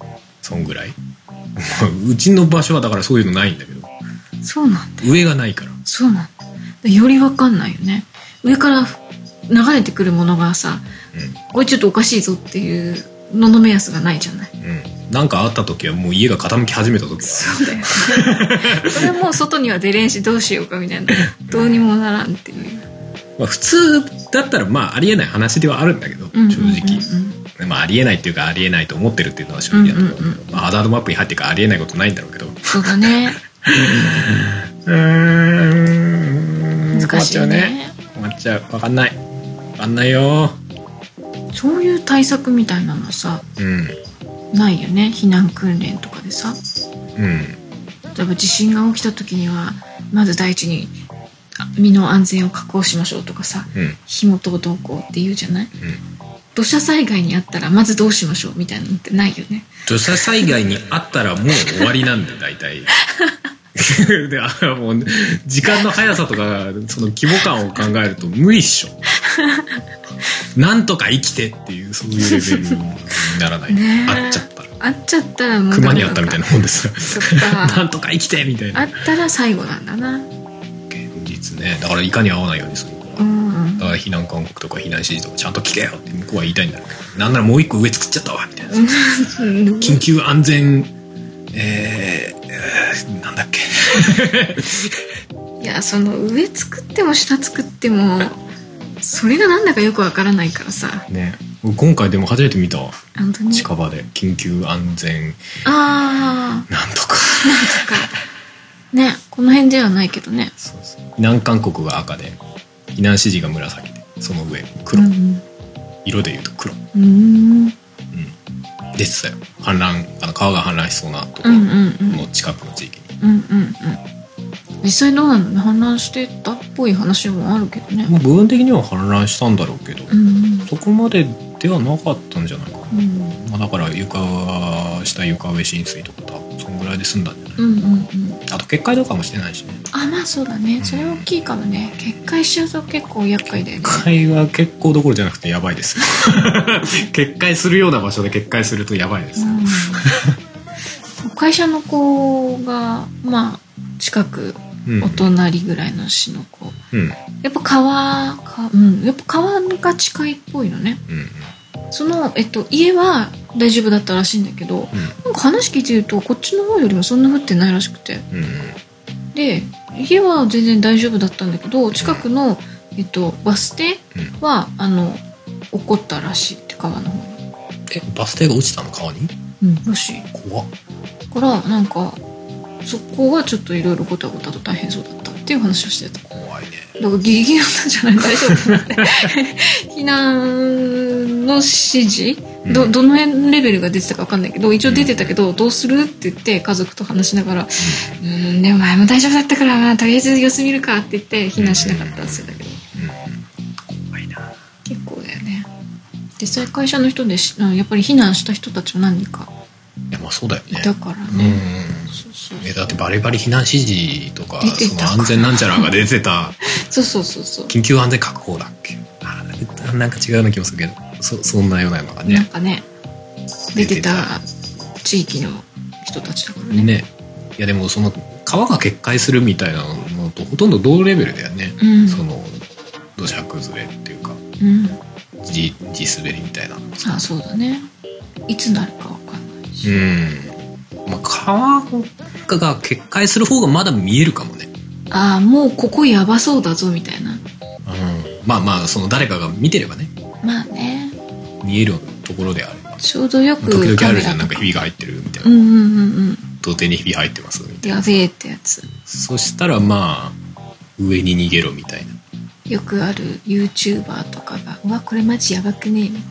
Speaker 2: なそんぐらいうちの場所はだからそういうのないんだけど
Speaker 3: そうなんだ
Speaker 2: 上がないから
Speaker 3: そうなんだよりわかんないよね上から流れてくるものがさ、これちょっとおかしいぞっていうのの目安がないじゃない
Speaker 2: うんなんかあった時はもう家が傾き始めた時は
Speaker 3: そうだよね。これもう外には出れんしどうしようかみたい な。どうにもならんっていう。
Speaker 2: まあ、普通だったらまあありえない話ではあるんだけど正直、まあ、ありえないっていうかありえないと思ってるっていうのは正直だと思うけど、
Speaker 3: うんうん
Speaker 2: まあ、ハザードマップに入ってからありえないことないんだろうけど
Speaker 3: そうだね。
Speaker 2: うーん
Speaker 3: 難しいね。
Speaker 2: 困っちゃう分かんない分かんないよ
Speaker 3: そういう対策みたいなのさ、
Speaker 2: うん
Speaker 3: ないよね。避難訓練とかでさ。
Speaker 2: うん
Speaker 3: 例えば地震が起きた時には、まず第一にあ身の安全を確保しましょうとかさ、
Speaker 2: うん
Speaker 3: 火元をどうこうって言うじゃない、土砂災害にあったらまずどうしましょうみたいなのってないよね。
Speaker 2: 土砂災害にあったらもう終わりなん だよ大体であもう時間の速さとかその規模感を考えると無理っしょなんとか生きてっていうそういうレベルにならない、
Speaker 3: ねえ
Speaker 2: あっちゃったら
Speaker 3: あっちゃったらもうダ
Speaker 2: 熊
Speaker 3: メ
Speaker 2: に
Speaker 3: な
Speaker 2: あ
Speaker 3: の
Speaker 2: った
Speaker 3: か
Speaker 2: みたいなもんです
Speaker 3: そっ
Speaker 2: ら
Speaker 3: か
Speaker 2: なんとか生きてみたい
Speaker 3: あ
Speaker 2: な
Speaker 3: ったら最後なんだな。
Speaker 2: 現実ねだからいかに合わないようにするか
Speaker 3: うん
Speaker 2: だから避難勧告とか避難指示とかちゃんと聞けよって向こうは言いたいんだろうけどなんならもう一個上作っちゃったわみたいな
Speaker 3: うん
Speaker 2: 緊急安全えーえーなんだっけ
Speaker 3: いやその上作っても下作ってもそれがなんだかよくわからないからさ
Speaker 2: ね僕今回でも初めて見たわ
Speaker 3: 本当に
Speaker 2: 近場で緊急安全
Speaker 3: ああ
Speaker 2: なんとか
Speaker 3: なんとかねこの辺ではないけどね
Speaker 2: そうそう避難勧告が赤で避難指示が紫でその上黒、
Speaker 3: うん
Speaker 2: 色で言うと黒
Speaker 3: うんうん
Speaker 2: でしたよ氾濫あの川が氾濫しそうなとこ
Speaker 3: う
Speaker 2: ろ
Speaker 3: んうんうん
Speaker 2: の近くの地域に、
Speaker 3: うんうん実際どうなの氾濫してたっぽい話もあるけどね
Speaker 2: もう部分的には氾濫したんだろうけど、
Speaker 3: うん
Speaker 2: そこまでではなかったんじゃないかな
Speaker 3: うんうん
Speaker 2: まあ、だから床下床上浸水とか多分そんぐらいで済んだんじゃない
Speaker 3: うんうん
Speaker 2: あと決壊とかもしてないしね
Speaker 3: あまあそうだねそれ大きいかもね決壊しちゃうと結構厄介だよね
Speaker 2: 決壊は結構どころじゃなくてやばいです 決壊するような場所で決壊するとやばいで
Speaker 3: う
Speaker 2: す、
Speaker 3: ん 会社の子がまあ近く
Speaker 2: うん、
Speaker 3: お隣ぐらいの市の子
Speaker 2: うんうん
Speaker 3: やっぱ川か、うん、やっぱ川が近いっぽいのね
Speaker 2: うん
Speaker 3: その、えっと、家は大丈夫だったらしいんだけど、なんか話聞いてるとこっちの方よりもそんな降ってないらしくて
Speaker 2: うん
Speaker 3: で家は全然大丈夫だったんだけど近くの、えっと、バス停は、あの起こったらしいって川の方に、
Speaker 2: えバス停が落ちたの川に
Speaker 3: うん、らしい
Speaker 2: 怖っ
Speaker 3: からなんかそこはちょっといろいろごたごたと大変そうだったっていう話をしてた
Speaker 2: 怖いね
Speaker 3: だからギリギリだったんじゃない大丈夫 かなって避難の指示どどの辺レベルが出てたか分かんないけど一応出てたけど、どうするって言って家族と話しながら「うーんでも前も大丈夫だったから、まあ、とりあえず様子見るか」って言って避難しなかったんですよだけど
Speaker 2: 怖いな
Speaker 3: 結構だよね実際会社の人でしうんやっぱり避難した人たちも何人か
Speaker 2: いやまあそうだよ
Speaker 3: い
Speaker 2: ね
Speaker 3: たから
Speaker 2: うん
Speaker 3: ね、そうそう
Speaker 2: えだってバリバリ避難指示とか
Speaker 3: 出て
Speaker 2: そ
Speaker 3: た
Speaker 2: の安全なんちゃらが出て た
Speaker 3: そうそうそうそう
Speaker 2: 緊急安全確保だっけあななんか違うような気もするけどそそんなようなのが
Speaker 3: なん
Speaker 2: ね
Speaker 3: かね出てた地域の人たちだからね
Speaker 2: ねいやでもその川が決壊するみたいなのとほとんど同レベルだよね、
Speaker 3: うん
Speaker 2: その土砂崩れっていうか
Speaker 3: うん
Speaker 2: 地地滑りみたいなうん
Speaker 3: ああそうだねいつなるかわかんないし、
Speaker 2: まあ川が決壊する方がまだ見えるかもね
Speaker 3: ああもうここやばそうだぞみたいな
Speaker 2: うんまあまあその誰かが見てればね
Speaker 3: まあね
Speaker 2: 見えるところであれば
Speaker 3: ちょうどよく
Speaker 2: 時々あるじゃん
Speaker 3: カ
Speaker 2: なんか
Speaker 3: メラと
Speaker 2: ひびが入ってるみたい
Speaker 3: うん
Speaker 2: な
Speaker 3: うんうん
Speaker 2: 土手にひび入ってますみ
Speaker 3: うん
Speaker 2: たいな
Speaker 3: やべえってやつ
Speaker 2: そしたらまあ上に逃げろみたいな
Speaker 3: よくある YouTuber とかが「うわこれマジやばくねえ」みたいな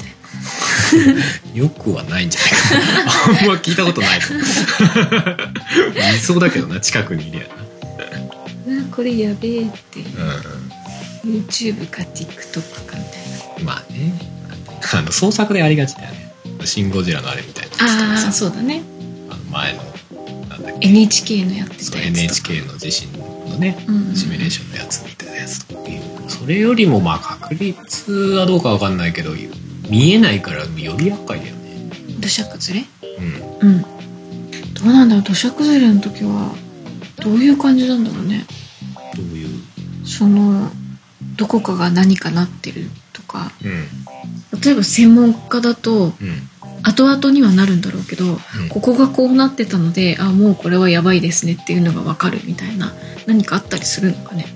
Speaker 2: よくはないんじゃないかなあんま聞いたことない理そうだけどな近くにいりゃ
Speaker 3: 「うわこれやべえ」って
Speaker 2: な
Speaker 3: YouTube か TikTok かみたいな
Speaker 2: うんまあねあの創作でありがちだよね「シン・ゴジラ」のあれみたいな
Speaker 3: ああそうだね
Speaker 2: あの前のなんだっけ
Speaker 3: NHK のやって
Speaker 2: そ
Speaker 3: た
Speaker 2: の
Speaker 3: やつとか
Speaker 2: NHK の地震のね
Speaker 3: うん
Speaker 2: シミュレーションのやつみたいなやつというそれよりもまあ確率はどうかわかんないけど見えないからより厄介だよね
Speaker 3: 土砂崩れ
Speaker 2: うん
Speaker 3: うんどうなんだろう土砂崩れの時はどういう感じなんだろうね
Speaker 2: どういう
Speaker 3: そのどこかが何かなってるとか
Speaker 2: うん
Speaker 3: 例えば専門家だと
Speaker 2: うん
Speaker 3: 後々にはなるんだろうけど、ここがこうなってたのであもうこれはやばいですねっていうのが分かるみたいな何かあったりするのかね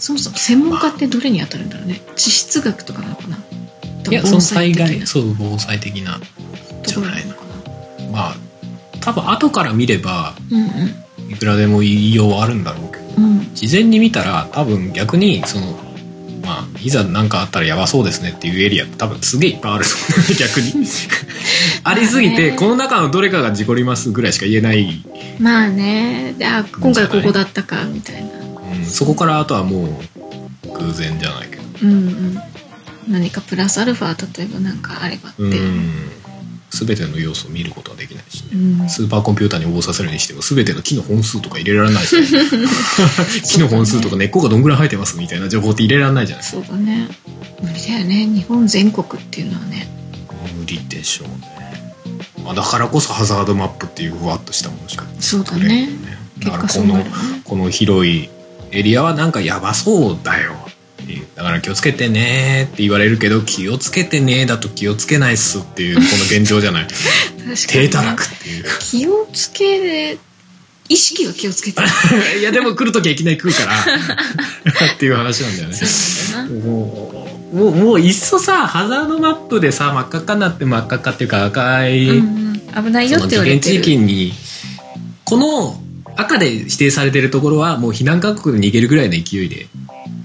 Speaker 3: そもそも専門家ってどれに当たるんだろうね地質学とかなのかないい
Speaker 2: やその災害そう防災的な
Speaker 3: ところなのか
Speaker 2: まあ多分後から見れば
Speaker 3: なうん
Speaker 2: いくらでも言いようはあるんだろうけど
Speaker 3: うんうん
Speaker 2: 事前に見たら多分逆にそのまあいざ何かあったらやばそうですねっていうエリアって多分すげえいっぱいあると思う 逆にありすぎてこの中のどれかが事故りますぐらいしか言えない、
Speaker 3: まあねであ今回ここだったかみたいな
Speaker 2: うんそこからあとはもう偶然じゃないけど
Speaker 3: うんうん何かプラスアルファ例えば何かあればって、
Speaker 2: うん全ての要素を見ることはできないしね、
Speaker 3: うん
Speaker 2: スーパーコンピューターに応募させるにしても全ての木の本数とか入れられないし 木の本数とか根っこがどんぐらい生えてますみたいな情報って入れられないじゃないですか
Speaker 3: そうだね無理だよね日本全国っていうのはね
Speaker 2: 無理でしょうね、まあ、だからこそハザードマップっていうふわっとしたものしか
Speaker 3: そうだ
Speaker 2: 作れない
Speaker 3: ね
Speaker 2: よねだか
Speaker 3: 結
Speaker 2: ら
Speaker 3: 果
Speaker 2: こ
Speaker 3: そうな
Speaker 2: の
Speaker 3: るね
Speaker 2: この広いエリアはなんかやばそうだよっていうだから気をつけてねって言われるけど気をつけてねだと気をつけないっすっていうこの現状じ ゃない
Speaker 3: 確かにね
Speaker 2: 低たらくっていう
Speaker 3: 気をつけで意識は気をつ けてる
Speaker 2: いやでも来るときはいきなり来るから っていう話なんだよね
Speaker 3: そうなんだな
Speaker 2: もうもうもういっそさハザードマップでさ真っ赤っかになって真っ赤っかっていうか赤い、
Speaker 3: うんうん、危ないよ
Speaker 2: その
Speaker 3: って
Speaker 2: 危
Speaker 3: 言
Speaker 2: 険
Speaker 3: われて
Speaker 2: 地
Speaker 3: る
Speaker 2: 域にこの赤で指定されてるところはもう避難勧告で逃げるぐらいの勢いで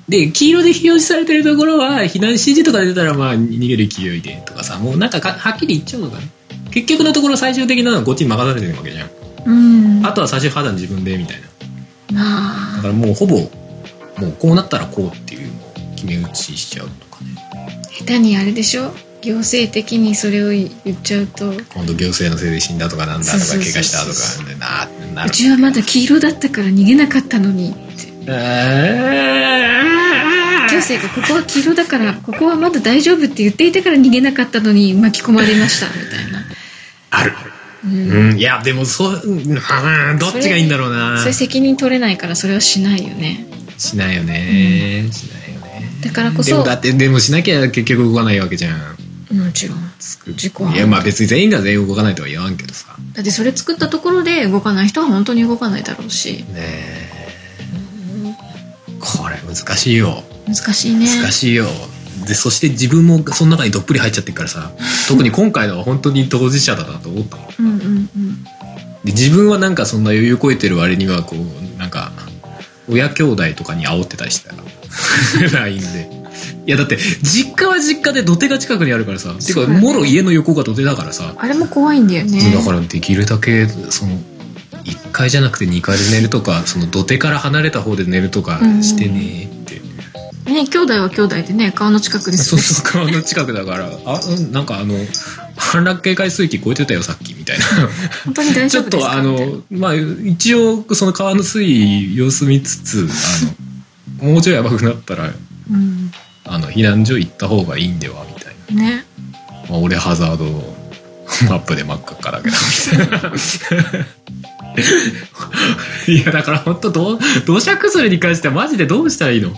Speaker 2: で黄色で表示されてるところは避難指示とか出たらまあ逃げる勢いでとかさもうなんかかはっきり言っちゃうのかね結局のところ最終的なのはこっちに任されてるわけじゃん
Speaker 3: うんま
Speaker 2: あとは最終判断自分でみたいなだ
Speaker 3: あ
Speaker 2: からもうほぼもうこうなったらこうっていうのを決め打ちしちゃうとかね
Speaker 3: 下手にあれでしょ行政的にそれを言っちゃうとう
Speaker 2: 今度行政のせいで死んだとかなんだとか
Speaker 3: そうそうそうそう
Speaker 2: 怪我したとかなあなる
Speaker 3: ちはまだ黄色だったから逃げなかったのにって
Speaker 2: え
Speaker 3: 行政がここは黄色だからここはまだ大丈夫って言っていたから逃げなかったのに巻き込まれましたみたいな
Speaker 2: ある、うんいやでもそううんあーどっちがいいんだろうな
Speaker 3: それ責任取れないからそれはしないよね
Speaker 2: しないよね、しないよね
Speaker 3: だからこそ
Speaker 2: でもだってでもしなきゃ結局動かないわけじゃん
Speaker 3: もちろん
Speaker 2: 作
Speaker 3: 事故はい
Speaker 2: やまあ別に全員が全員動かないとは言わんけどさ
Speaker 3: だってそれ作ったところで動かない人は本当に動かないだろうし
Speaker 2: ねえこれ難しいよ
Speaker 3: 難しいね
Speaker 2: 難しいよでそして自分もその中にどっぷり入っちゃってるからさ特に今回のは本当に当事者だなと思ったの
Speaker 3: うんうんうん
Speaker 2: で自分はなんかそんな余裕こえてる割にはこうなんか親兄弟とかに煽ってたりして た LINE でいやだって実家は実家で土手が近くにあるからさて
Speaker 3: そう
Speaker 2: か
Speaker 3: だね
Speaker 2: もろ家の横が土手だからさ
Speaker 3: あれも怖いんだよね
Speaker 2: だからできるだけその1階じゃなくて2階で寝るとかその土手から離れた方で寝るとかしてねって、
Speaker 3: ね兄弟は兄弟でね川の近くです
Speaker 2: そ
Speaker 3: よ
Speaker 2: う
Speaker 3: ね
Speaker 2: そう川の近くだからあうんなんかあの氾濫警戒水域超えてたよさっきみたいな
Speaker 3: 本当に大
Speaker 2: ち
Speaker 3: 丈
Speaker 2: ょっ
Speaker 3: 夫です
Speaker 2: と
Speaker 3: か
Speaker 2: あ
Speaker 3: みたいな
Speaker 2: のまあ一応その川の水位様子見つつあのもうちょいやばくなったら
Speaker 3: うん
Speaker 2: あの避難所行った方がいいんではみたい
Speaker 3: ね
Speaker 2: な、まあ、俺ハザード マップで真っ赤っかだけどみたいな いやだから本当どう土砂崩れに関してはマジでどうしたらいいの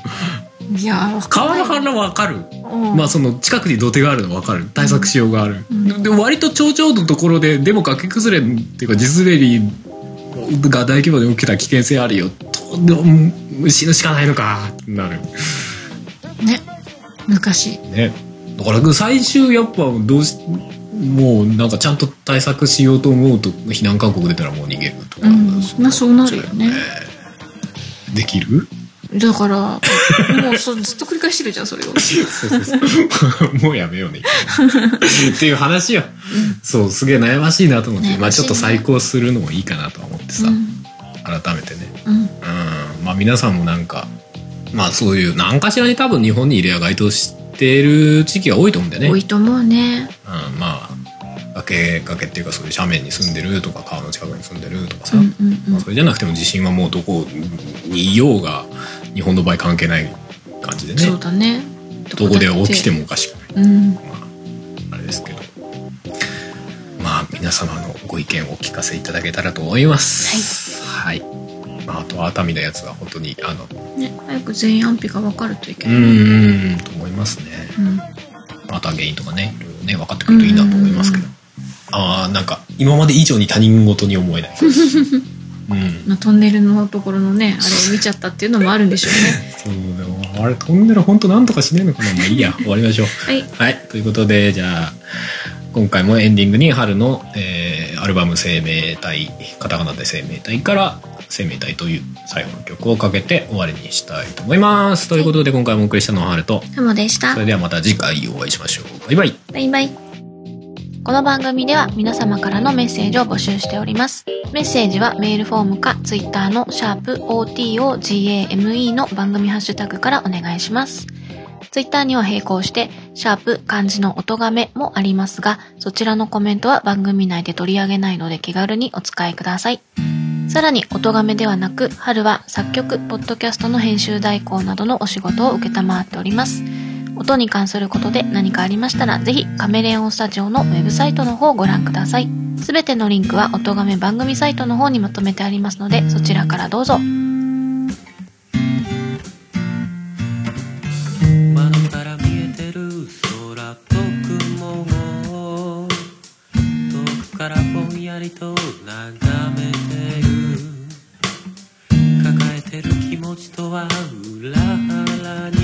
Speaker 3: いやわかん
Speaker 2: 川
Speaker 3: ない
Speaker 2: の氾濫わかる、
Speaker 3: うん
Speaker 2: まあその近くに土手があるの分かる対策しようがある、
Speaker 3: うん
Speaker 2: で割と頂上のところででも崖崩れっていうか地滑りが大規模で起きた危険性あるよとでもうん死ぬしかないのかってなる
Speaker 3: ね昔
Speaker 2: ねだから最終やっぱどうしもうなんかちゃんと対策しようと思うと避難勧告出たらもう逃げるとか、
Speaker 3: うんまあそうなるよね
Speaker 2: できる
Speaker 3: だから もうそずっと繰り返してるじゃんそれを
Speaker 2: もうやめようねっていう話よ、そうすげえ悩ましいなと思って、
Speaker 3: 悩ましいね
Speaker 2: まあちょっと再考するのもいいかなとは思ってさ、
Speaker 3: うん
Speaker 2: 改めてね
Speaker 3: うん
Speaker 2: うんまあ皆さんもなんかまあそういう何かしらに多分日本にいれば該当してる地域が多いと思うんだよ
Speaker 3: 多
Speaker 2: ね、
Speaker 3: いと思うね
Speaker 2: うん、まあ崖崖っていうかそういう斜面に住んでるとか川の近くに住んでるとか
Speaker 3: う
Speaker 2: さ、
Speaker 3: んうんう
Speaker 2: まあ
Speaker 3: ん
Speaker 2: それじゃなくても地震はもうどこにいようが日本の場合関係ない感じでね
Speaker 3: そうだね
Speaker 2: どこで
Speaker 3: だって
Speaker 2: 起きてもおかしくない
Speaker 3: うん
Speaker 2: あれですけどまあ皆様のご意見をお聞かせいただけたらと思いますはい、まあ、あとは熱海のやつは本当にあの
Speaker 3: ね早く全員安否が分かるといいけ
Speaker 2: う
Speaker 3: ど
Speaker 2: ーんと思いますね
Speaker 3: うん
Speaker 2: また原因とかねいろいろね分かってくるといいなと思いますけどああなんか今まで以上に他人事に思 えないうん
Speaker 3: まあトンネルのところのねあれ見ちゃったっていうのもあるんでしょうね
Speaker 2: そうでもあれトンネル本当なんとかしねえのかなまあいい や終わりましょう
Speaker 3: はい
Speaker 2: はい、ということでじゃあ今回もエンディングに春の、えーアルバム「生命体」カタカナで「生命体」から「生命体」という最後の曲をかけて終わりにしたいと思いますということで今回もお送りしたのは春と
Speaker 3: ハモでした
Speaker 2: それではまた次回お会いしましょうバイバイ
Speaker 3: バイバイ。この番組では皆様からのメッセージを募集しております。メッセージはメールフォームか Twitter のシャープ o t o g a m e の番組ハッシュタグからお願いします。Twitter には並行して、シャープ漢字の音がめもありますが、そちらのコメントは番組内で取り上げないので気軽にお使いください。さらに、音がめではなく、春は作曲、ポッドキャストの編集代行などのお仕事を承っております。音に関することで何かありましたら、ぜひカメレオンスタジオのウェブサイトの方をご覧ください。すべてのリンクは音亀番組サイトの方にまとめてありますので、そちらからどうぞ。
Speaker 4: 窓から見えてる空と雲を遠くからぼんやりと眺めてる抱えてる気持ちとは裏腹に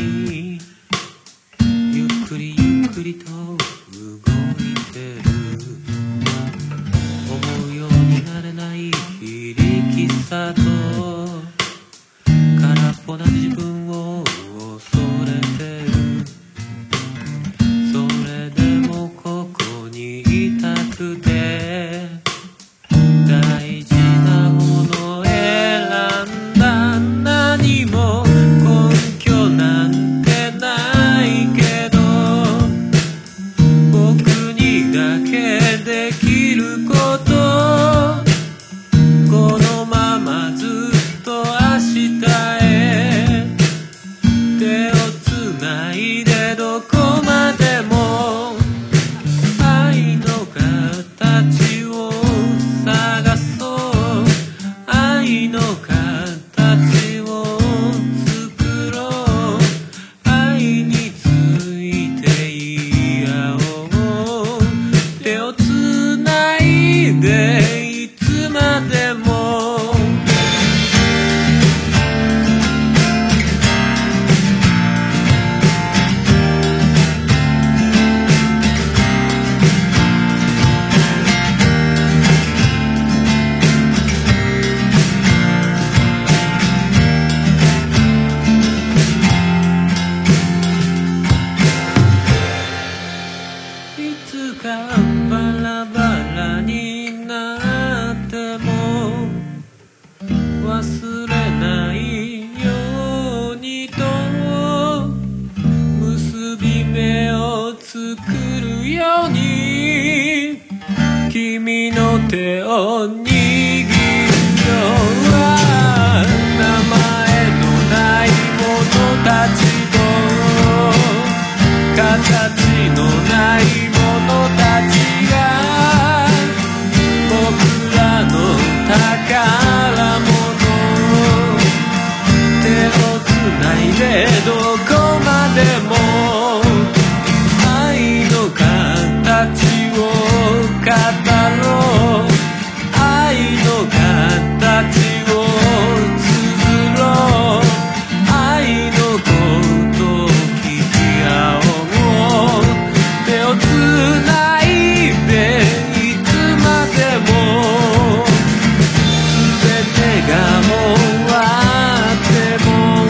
Speaker 4: ゆっくりゆっくりと動いてる思うようになれない非力さと空っぽな自分を恐れてるそれでもここにいたくて大事なものを選んだ何も根拠なんてないけど僕にだけできることこのままずっと明日へを握るのは名前のない者たちと形のないものたちが僕らの宝物手をつないでどこまでも愛の形を語ろう愛の形を綴ろう愛のことを聞き合おう手をつないでいつまでも全てが終わっても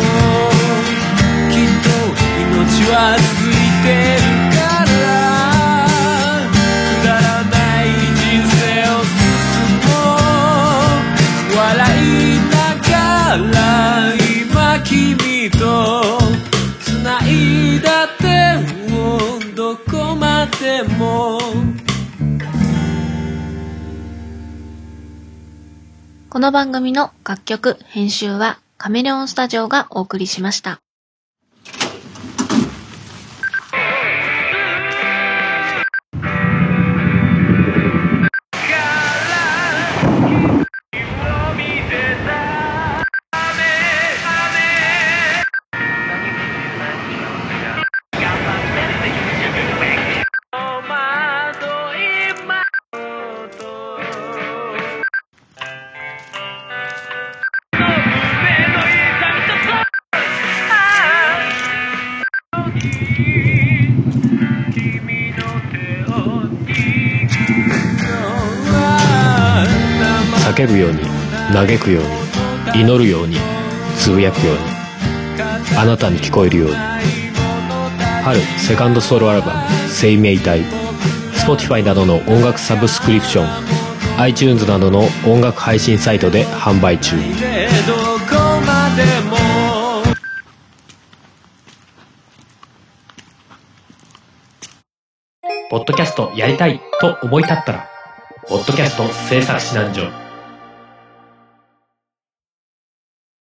Speaker 4: きっと命は続いてるからくだらない人生を進もう笑いながら今君と繋いだ手をどこまでも
Speaker 5: この番組の楽曲、編集はカメレオンスタジオがお送りしました。
Speaker 1: 叫ぶように嘆くように祈るようにつぶやくようにあなたに聞こえるように春セカンドソロアルバム「生命体」Spotify などの音楽サブスクリプション iTunes などの音楽配信サイトで販売中
Speaker 4: でどこまでも
Speaker 1: ポッドキャストやりたいと思い立ったら「ポッドキャスト制作指南所」